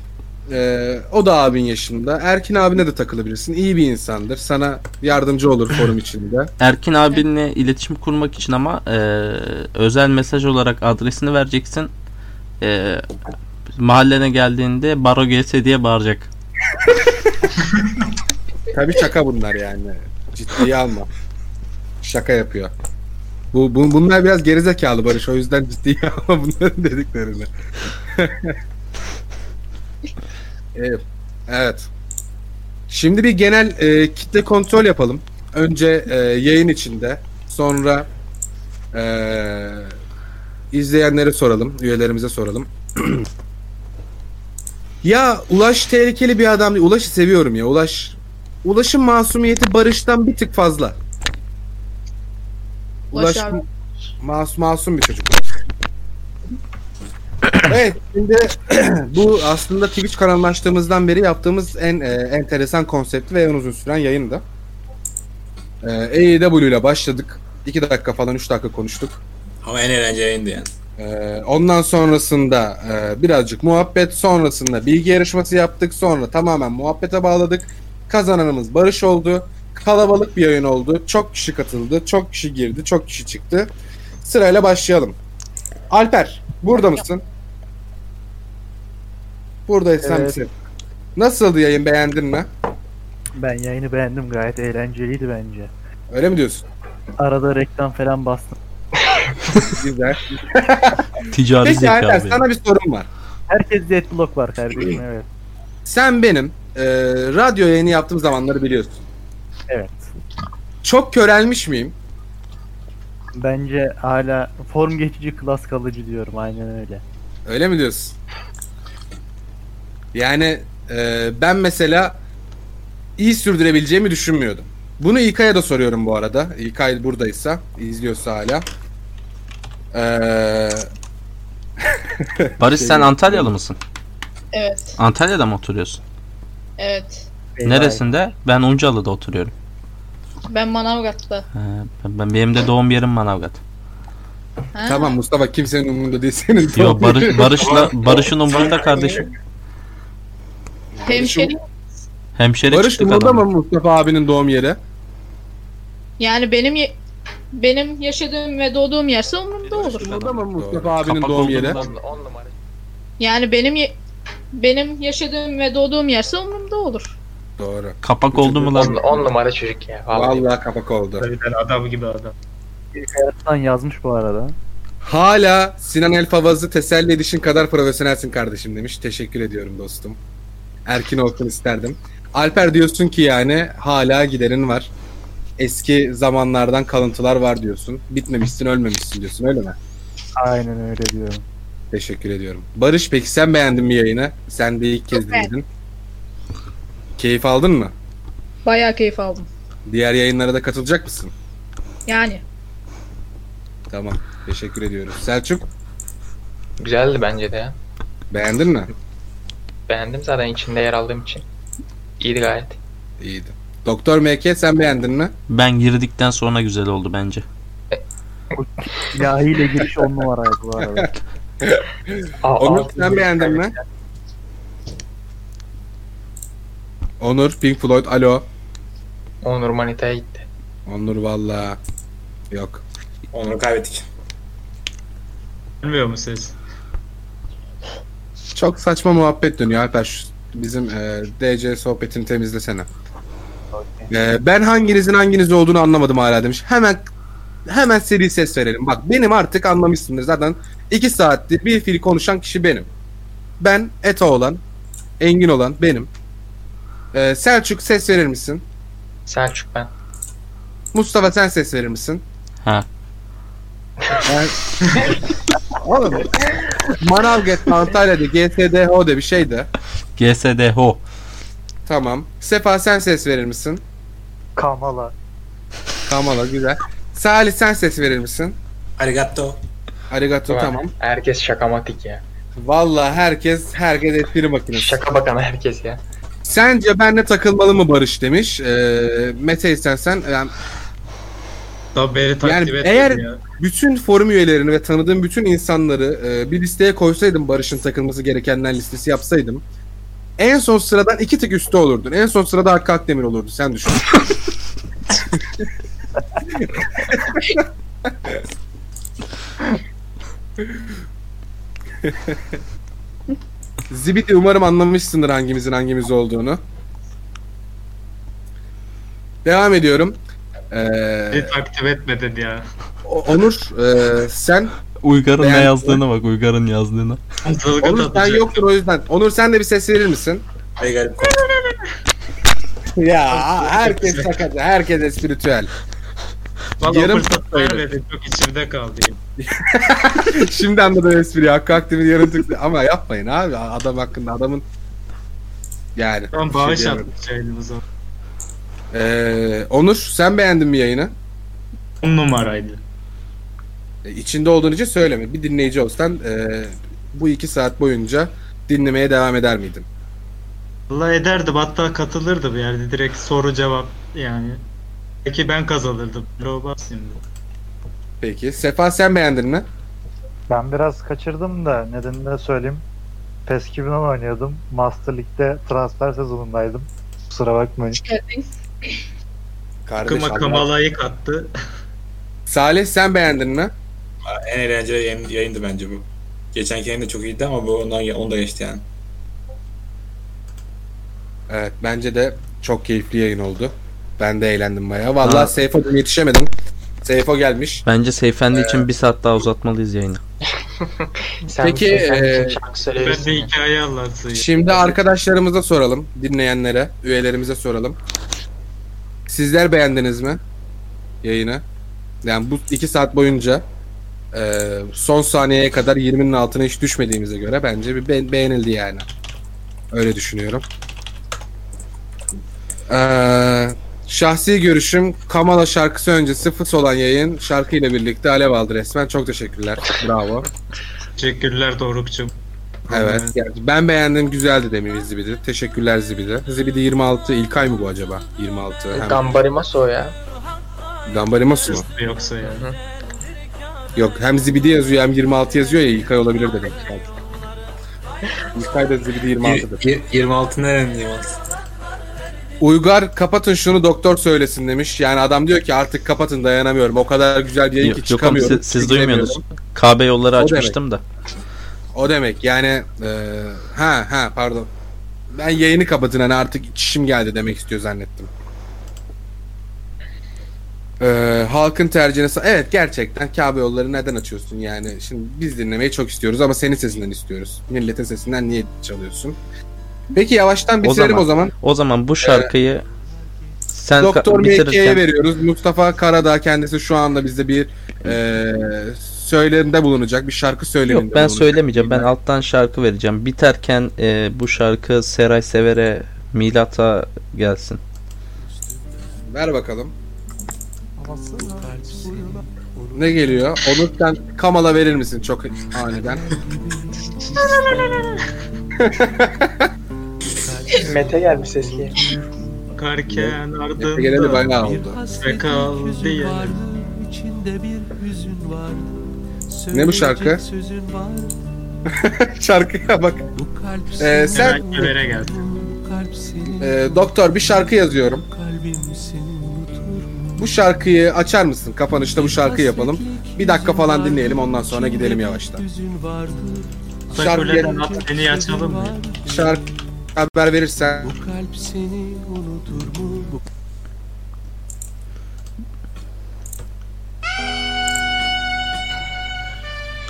[SPEAKER 1] eee, o da abin yaşında. Erkin abine de takılabilirsin. İyi bir insandır. Sana yardımcı olur forum içinde.
[SPEAKER 10] Erkin abinle iletişim kurmak için ama e, özel mesaj olarak adresini vereceksin. E, mahallene geldiğinde Baro GS diye bağıracak.
[SPEAKER 1] Tabii şaka bunlar yani. Ciddiye alma. Şaka yapıyor. Bu, bu- bunlar biraz gerizekalı Barış. O yüzden ciddiye <laughs> alma bunların dediklerini. <laughs> evet. evet. Şimdi bir genel e, kitle kontrol yapalım. Önce e, yayın içinde, sonra e, izleyenlere soralım, üyelerimize soralım. <clears throat> ya Ulaş tehlikeli bir adam değil. Ulaş'ı seviyorum ya. Ulaş Ulaş'ın masumiyeti Barış'tan bir tık fazla. Ulaş,
[SPEAKER 7] Ulaş abi.
[SPEAKER 1] mas, masum bir çocuk. Ulaş. <clears throat> evet şimdi <clears throat> bu aslında Twitch kanallaştığımızdan beri yaptığımız en e, enteresan konsepti ve en uzun süren yayındı. E, AEW ile başladık. 2 dakika falan 3 dakika konuştuk.
[SPEAKER 5] Ama en eğlenceli yayındı yani.
[SPEAKER 1] Ee, ondan sonrasında e, birazcık muhabbet, sonrasında bilgi yarışması yaptık, sonra tamamen muhabbete bağladık. Kazananımız Barış oldu. Kalabalık bir yayın oldu. Çok kişi katıldı, çok kişi girdi, çok kişi çıktı. Sırayla başlayalım. Alper, burada mısın? Buradaysan
[SPEAKER 3] Evet.
[SPEAKER 1] bize. Nasıldı yayın, beğendin mi?
[SPEAKER 9] Ben yayını beğendim gayet eğlenceliydi bence.
[SPEAKER 1] Öyle mi diyorsun?
[SPEAKER 9] Arada reklam falan bastım.
[SPEAKER 1] Güzel.
[SPEAKER 10] <laughs> Ticari
[SPEAKER 1] Peki
[SPEAKER 10] zeka.
[SPEAKER 1] Alper,
[SPEAKER 10] benim.
[SPEAKER 1] sana bir sorum var.
[SPEAKER 9] Herkes Deadblock var kardeşim evet.
[SPEAKER 1] Sen benim e, radyo yayını yaptığım zamanları biliyorsun.
[SPEAKER 9] Evet.
[SPEAKER 1] Çok körelmiş miyim?
[SPEAKER 9] Bence hala form geçici klas kalıcı diyorum aynen öyle.
[SPEAKER 1] Öyle mi diyorsun? Yani e, ben mesela iyi sürdürebileceğimi düşünmüyordum. Bunu İlkay'a da soruyorum bu arada. İlkay buradaysa, izliyorsa hala. Ee,
[SPEAKER 10] Barış sen Antalyalı mısın?
[SPEAKER 7] Evet.
[SPEAKER 10] Antalya'da mı oturuyorsun?
[SPEAKER 7] Evet.
[SPEAKER 10] Neresinde? Ben Uncalı'da oturuyorum.
[SPEAKER 7] Ben Manavgat'ta.
[SPEAKER 10] Ee, ben, ben- benim de doğum yerim Manavgat.
[SPEAKER 7] Ha?
[SPEAKER 1] tamam Mustafa kimsenin umurunda değil senin.
[SPEAKER 10] Yo Barış Barış'la Barış'ın umurunda kardeşim.
[SPEAKER 7] Hemşerim.
[SPEAKER 10] Hemşeri
[SPEAKER 1] Barış
[SPEAKER 10] çıktık
[SPEAKER 1] umurunda
[SPEAKER 10] adamla.
[SPEAKER 1] mı Mustafa abinin doğum yeri?
[SPEAKER 7] Yani benim ye- benim yaşadığım ve doğduğum yerse umurumda olur.
[SPEAKER 1] Umurunda mı Mustafa
[SPEAKER 5] Doğru.
[SPEAKER 1] abinin
[SPEAKER 10] Kapak
[SPEAKER 1] doğum yeri?
[SPEAKER 10] olduğundan-
[SPEAKER 7] Yani benim ye- benim yaşadığım ve doğduğum yerse umurumda olur.
[SPEAKER 1] Doğru.
[SPEAKER 10] Kapak oldu mu
[SPEAKER 3] On,
[SPEAKER 10] lan?
[SPEAKER 3] on numara çocuk ya. Vallahi.
[SPEAKER 1] Vallahi kapak oldu.
[SPEAKER 4] Harbiden adam gibi adam.
[SPEAKER 9] Hayattan yazmış bu arada.
[SPEAKER 1] Hala Sinan El Favaz'ı teselli edişin kadar profesyonelsin kardeşim demiş. Teşekkür ediyorum dostum. Erkin olsun isterdim. Alper diyorsun ki yani hala giderin var. Eski zamanlardan kalıntılar var diyorsun. Bitmemişsin ölmemişsin diyorsun öyle mi?
[SPEAKER 9] Aynen öyle diyorum.
[SPEAKER 1] Teşekkür ediyorum. Barış peki sen beğendin mi yayını? Sen de ilk kez
[SPEAKER 7] Çok
[SPEAKER 1] dinledin. Keyif aldın mı?
[SPEAKER 7] Bayağı keyif aldım.
[SPEAKER 1] Diğer yayınlara da katılacak mısın?
[SPEAKER 7] Yani
[SPEAKER 1] Tamam. Teşekkür ediyoruz. Selçuk
[SPEAKER 3] Güzeldi bence de ya.
[SPEAKER 1] beğendin mi?
[SPEAKER 3] Beğendim zaten içinde yer aldığım için. İyiydi gayet.
[SPEAKER 1] İyiydi. Doktor MK sen beğendin mi?
[SPEAKER 10] Ben girdikten sonra güzel oldu bence.
[SPEAKER 9] Yahi ile giriş on numaraydı bu arada.
[SPEAKER 3] A-
[SPEAKER 1] Onur,
[SPEAKER 3] altı
[SPEAKER 1] sen
[SPEAKER 3] yıl
[SPEAKER 1] beğendin mi?
[SPEAKER 3] kaybettiler.
[SPEAKER 1] Onur, Pink Floyd, Alo.
[SPEAKER 3] Onur Manita'ya gitti.
[SPEAKER 1] Onur valla yok.
[SPEAKER 5] Onları kaybettik.
[SPEAKER 4] Gelmiyor mu ses?
[SPEAKER 1] Çok saçma muhabbet dönüyor Alper. Şu Bizim e, DC sohbetini temizlesene. E, ben hanginizin hanginiz olduğunu anlamadım hala demiş. Hemen hemen seri ses verelim. Bak benim artık anlamışsındır zaten. iki saattir bir fil konuşan kişi benim. Ben Eta olan, Engin olan benim. E, Selçuk ses verir misin?
[SPEAKER 3] Selçuk ben.
[SPEAKER 1] Mustafa sen ses verir misin?
[SPEAKER 10] Ha.
[SPEAKER 1] Ben... <laughs> Oğlum Manavgat Antalya'da GTDHO de bir şey de.
[SPEAKER 10] GSD ho.
[SPEAKER 1] Tamam. Sefa sen ses verir misin?
[SPEAKER 9] Kamala.
[SPEAKER 1] Kamala güzel. Salih sen ses verir misin?
[SPEAKER 5] Arigato.
[SPEAKER 1] Arigato
[SPEAKER 3] Ulan,
[SPEAKER 1] tamam.
[SPEAKER 3] Herkes şakamatik ya.
[SPEAKER 1] Vallahi herkes herkes espri makinesi.
[SPEAKER 3] Şaka bakan herkes ya.
[SPEAKER 1] Sence benle takılmalı mı Barış demiş. Ee, Mete istersen ben
[SPEAKER 4] Tabii beni takip
[SPEAKER 1] Yani
[SPEAKER 4] etmedi
[SPEAKER 1] eğer-
[SPEAKER 4] ya.
[SPEAKER 1] bütün forum üyelerini ve tanıdığım bütün insanları e, bir listeye koysaydım Barış'ın takılması gerekenler listesi yapsaydım. En son sıradan iki tık üstte olurdun. En son sırada Hakkı Akdemir olurdu. Sen düşün. <laughs> Zibidi umarım anlamışsındır hangimizin hangimiz olduğunu. Devam ediyorum. Ee,
[SPEAKER 4] Beni takip etmedin ya.
[SPEAKER 1] o- Onur e, sen
[SPEAKER 10] Uygar'ın ne
[SPEAKER 1] Beğendim.
[SPEAKER 10] yazdığına bak Uygar'ın yazdığına.
[SPEAKER 4] Zılgıt
[SPEAKER 1] Onur sen
[SPEAKER 4] atacak.
[SPEAKER 1] yoktur o yüzden. Onur sen de bir ses verir misin?
[SPEAKER 5] Ey garip
[SPEAKER 1] <laughs> Ya herkes takacı, herkes espiritüel.
[SPEAKER 4] Valla
[SPEAKER 1] yarım-
[SPEAKER 4] fırsat vermedin. Çok içimde kaldı.
[SPEAKER 1] <laughs> Şimdi anladım espriyi. Hakkı Akdemir yarın tıklı. Ama yapmayın abi. Adam hakkında adamın yani.
[SPEAKER 4] Tamam
[SPEAKER 1] bir şey
[SPEAKER 4] bağış
[SPEAKER 1] diyemem.
[SPEAKER 4] atmış elimize.
[SPEAKER 1] Ee, Onur sen beğendin mi yayını?
[SPEAKER 4] On numaraydı.
[SPEAKER 1] E, İçinde olduğun için söyleme. Bir dinleyici olsan e, bu iki saat boyunca dinlemeye devam eder miydin?
[SPEAKER 4] Valla ederdim hatta katılırdım yani direkt soru cevap yani. Peki ben kazanırdım. Lobas şimdi.
[SPEAKER 1] Peki. Sefa sen beğendin mi?
[SPEAKER 9] Ben biraz kaçırdım da nedenini de söyleyeyim. PES 2010 oynuyordum. Master League'de transfer sezonundaydım. Kusura bakmayın.
[SPEAKER 1] Şey,
[SPEAKER 7] hoş geldin.
[SPEAKER 1] Kardeş
[SPEAKER 4] Kıma
[SPEAKER 1] Allah.
[SPEAKER 4] kamalayı kattı.
[SPEAKER 1] Salih sen beğendin mi?
[SPEAKER 5] En eğlenceli yayın, yayındı bence bu. Geçenki yayın da çok iyiydi ama bu ondan onu da geçti yani.
[SPEAKER 1] Evet bence de çok keyifli yayın oldu. Ben de eğlendim bayağı. Vallahi
[SPEAKER 10] Ha.
[SPEAKER 1] Seyfo'dan yetişemedim. Seyfo gelmiş.
[SPEAKER 10] Bence Seyfendi için bir saat daha uzatmalıyız yayını.
[SPEAKER 3] Sen
[SPEAKER 1] Peki,
[SPEAKER 3] misin, sen
[SPEAKER 1] eee,
[SPEAKER 3] misin? şarkı
[SPEAKER 4] Ben de
[SPEAKER 3] söylüyorsun. ya.
[SPEAKER 4] hikaye anlatsın. ya.
[SPEAKER 1] Şimdi arkadaşlarımıza soralım. Dinleyenlere, üyelerimize soralım. Sizler beğendiniz mi yayını? Yani bu iki saat boyunca e, son saniyeye kadar 20'nin altına hiç düşmediğimize göre bence bir be- beğenildi yani. Öyle düşünüyorum. Ee, şahsi görüşüm Kamala şarkısı öncesi fıs olan yayın şarkıyla birlikte alev aldı resmen. Çok teşekkürler. Bravo.
[SPEAKER 4] Teşekkürler Doruk'cum.
[SPEAKER 1] Evet. Yani ben beğendim güzeldi demin Zibidi. Teşekkürler Zibidi. Zibidi 26 İlkay mı bu acaba?
[SPEAKER 3] E,
[SPEAKER 1] 26. Hem
[SPEAKER 3] Gambari Maso ya.
[SPEAKER 1] Gambarimas mı?
[SPEAKER 4] Ee, Yoksa yani.
[SPEAKER 1] Yok hem Zibidi yazıyor hem 26 yazıyor ya İlkay olabilir dedim. <laughs> İlkay da Zibidi 26'dır.
[SPEAKER 5] 26 nerenin 26?
[SPEAKER 1] Uygar kapatın şunu doktor söylesin demiş. Yani adam diyor ki artık kapatın dayanamıyorum. O kadar güzel bir yayın ki
[SPEAKER 10] Yok, yok oğlum,
[SPEAKER 1] çıkamıyorum.
[SPEAKER 10] siz, siz
[SPEAKER 1] Bitiremiyorum.
[SPEAKER 10] duymuyorsunuz. KB yolları
[SPEAKER 1] O
[SPEAKER 10] açmıştım da.
[SPEAKER 1] O demek yani e, ha ha pardon. Ben yayını kapatın hani artık çişim geldi demek istiyor zannettim. Ee, halkın tercihine... sa- Evet gerçekten Kabe yolları neden açıyorsun yani? Şimdi biz dinlemeyi çok istiyoruz ama senin sesinden istiyoruz. Milletin sesinden niye çalıyorsun? Peki yavaştan bitirelim o zaman.
[SPEAKER 10] O zaman bu şarkıyı sen ka-
[SPEAKER 1] Doktor Mekke'ye
[SPEAKER 10] bitirirken-
[SPEAKER 1] veriyoruz. Mustafa Karadağ kendisi şu anda bizde bir eee söylemde bulunacak. Bir şarkı söyleminde
[SPEAKER 10] Yok ben söylemeyeceğim. Ben alttan şarkı vereceğim. Biterken e, bu şarkı Seray Sever'e Milat'a gelsin.
[SPEAKER 1] Ver bakalım. Ne geliyor? Onur sen Kamal'a verir misin çok aniden?
[SPEAKER 3] Mete gelmiş eski.
[SPEAKER 4] Karken ardında
[SPEAKER 1] Mete geleli bayağı oldu.
[SPEAKER 4] Ve kal diye.
[SPEAKER 1] ne bu şarkı? <laughs> Şarkıya bak. Ee, sen
[SPEAKER 4] Seray Sever'e geldi.
[SPEAKER 1] Ee, doktor bir şarkı yazıyorum. Bu şarkıyı açar mısın? Kapanışta bu şarkıyı yapalım. Bir dakika falan dinleyelim ondan sonra gidelim yavaştan.
[SPEAKER 4] Ataköle'den at beni açalım mı?
[SPEAKER 1] Şarkı haber verirsen.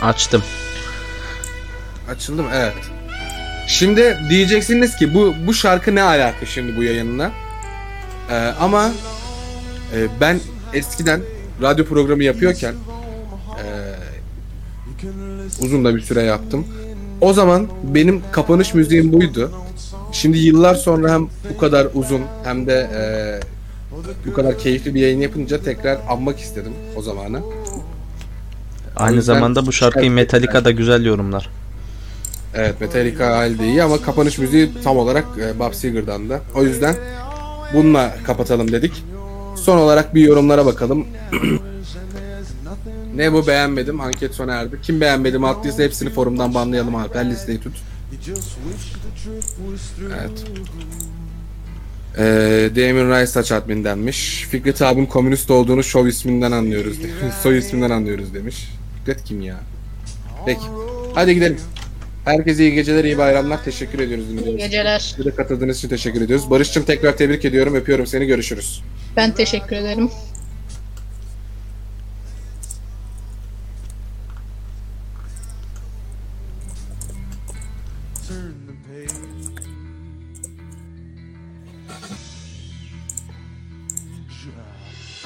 [SPEAKER 10] Açtım.
[SPEAKER 1] Açıldı mı? Evet. Şimdi diyeceksiniz ki bu bu şarkı ne alaka şimdi bu yayınla? Ee, ama e, ben eskiden radyo programı yapıyorken e, uzun da bir süre yaptım. O zaman benim kapanış müziğim buydu. Şimdi yıllar sonra hem bu kadar uzun hem de e, bu kadar keyifli bir yayın yapınca tekrar anmak istedim o zamanı. O
[SPEAKER 10] Aynı
[SPEAKER 1] yüzden
[SPEAKER 10] zamanda bu şarkıyı Metallica'da güzel yorumlar.
[SPEAKER 1] Evet Metallica halde iyi ama kapanış müziği tam olarak e, Bob Seger'dan da. O yüzden bununla kapatalım dedik. Son olarak bir yorumlara bakalım. <clears throat> ne bu beğenmedim anket sona erdi. Kim beğenmedim attıysa hepsini forumdan banlayalım Alper listeyi tut. Evet. Ee, Damien Rice saç admindenmiş. Fikret abim komünist olduğunu şov isminden anlıyoruz. <laughs> Soy isminden anlıyoruz demiş. Fikret kim ya? Peki. Hadi gidelim. Herkese iyi geceler, iyi bayramlar. Teşekkür ediyoruz. dinlediğiniz için.
[SPEAKER 7] Geceler.
[SPEAKER 1] Size de katıldığınız için teşekkür ediyoruz. Barış'cığım tekrar tebrik ediyorum. Öpüyorum seni. Görüşürüz.
[SPEAKER 7] Ben teşekkür ederim.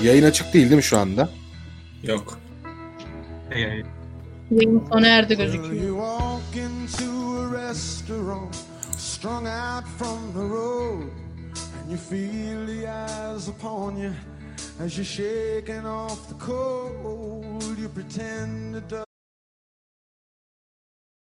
[SPEAKER 1] Yayın açık değil değil mi şu anda?
[SPEAKER 5] Yok.
[SPEAKER 4] Yani
[SPEAKER 7] Yayın sona erdi gözüküyor.
[SPEAKER 11] You walk into a restaurant, strung out from the road, and you feel the eyes upon you as you're shaking off the cold. You pretend it doesn't.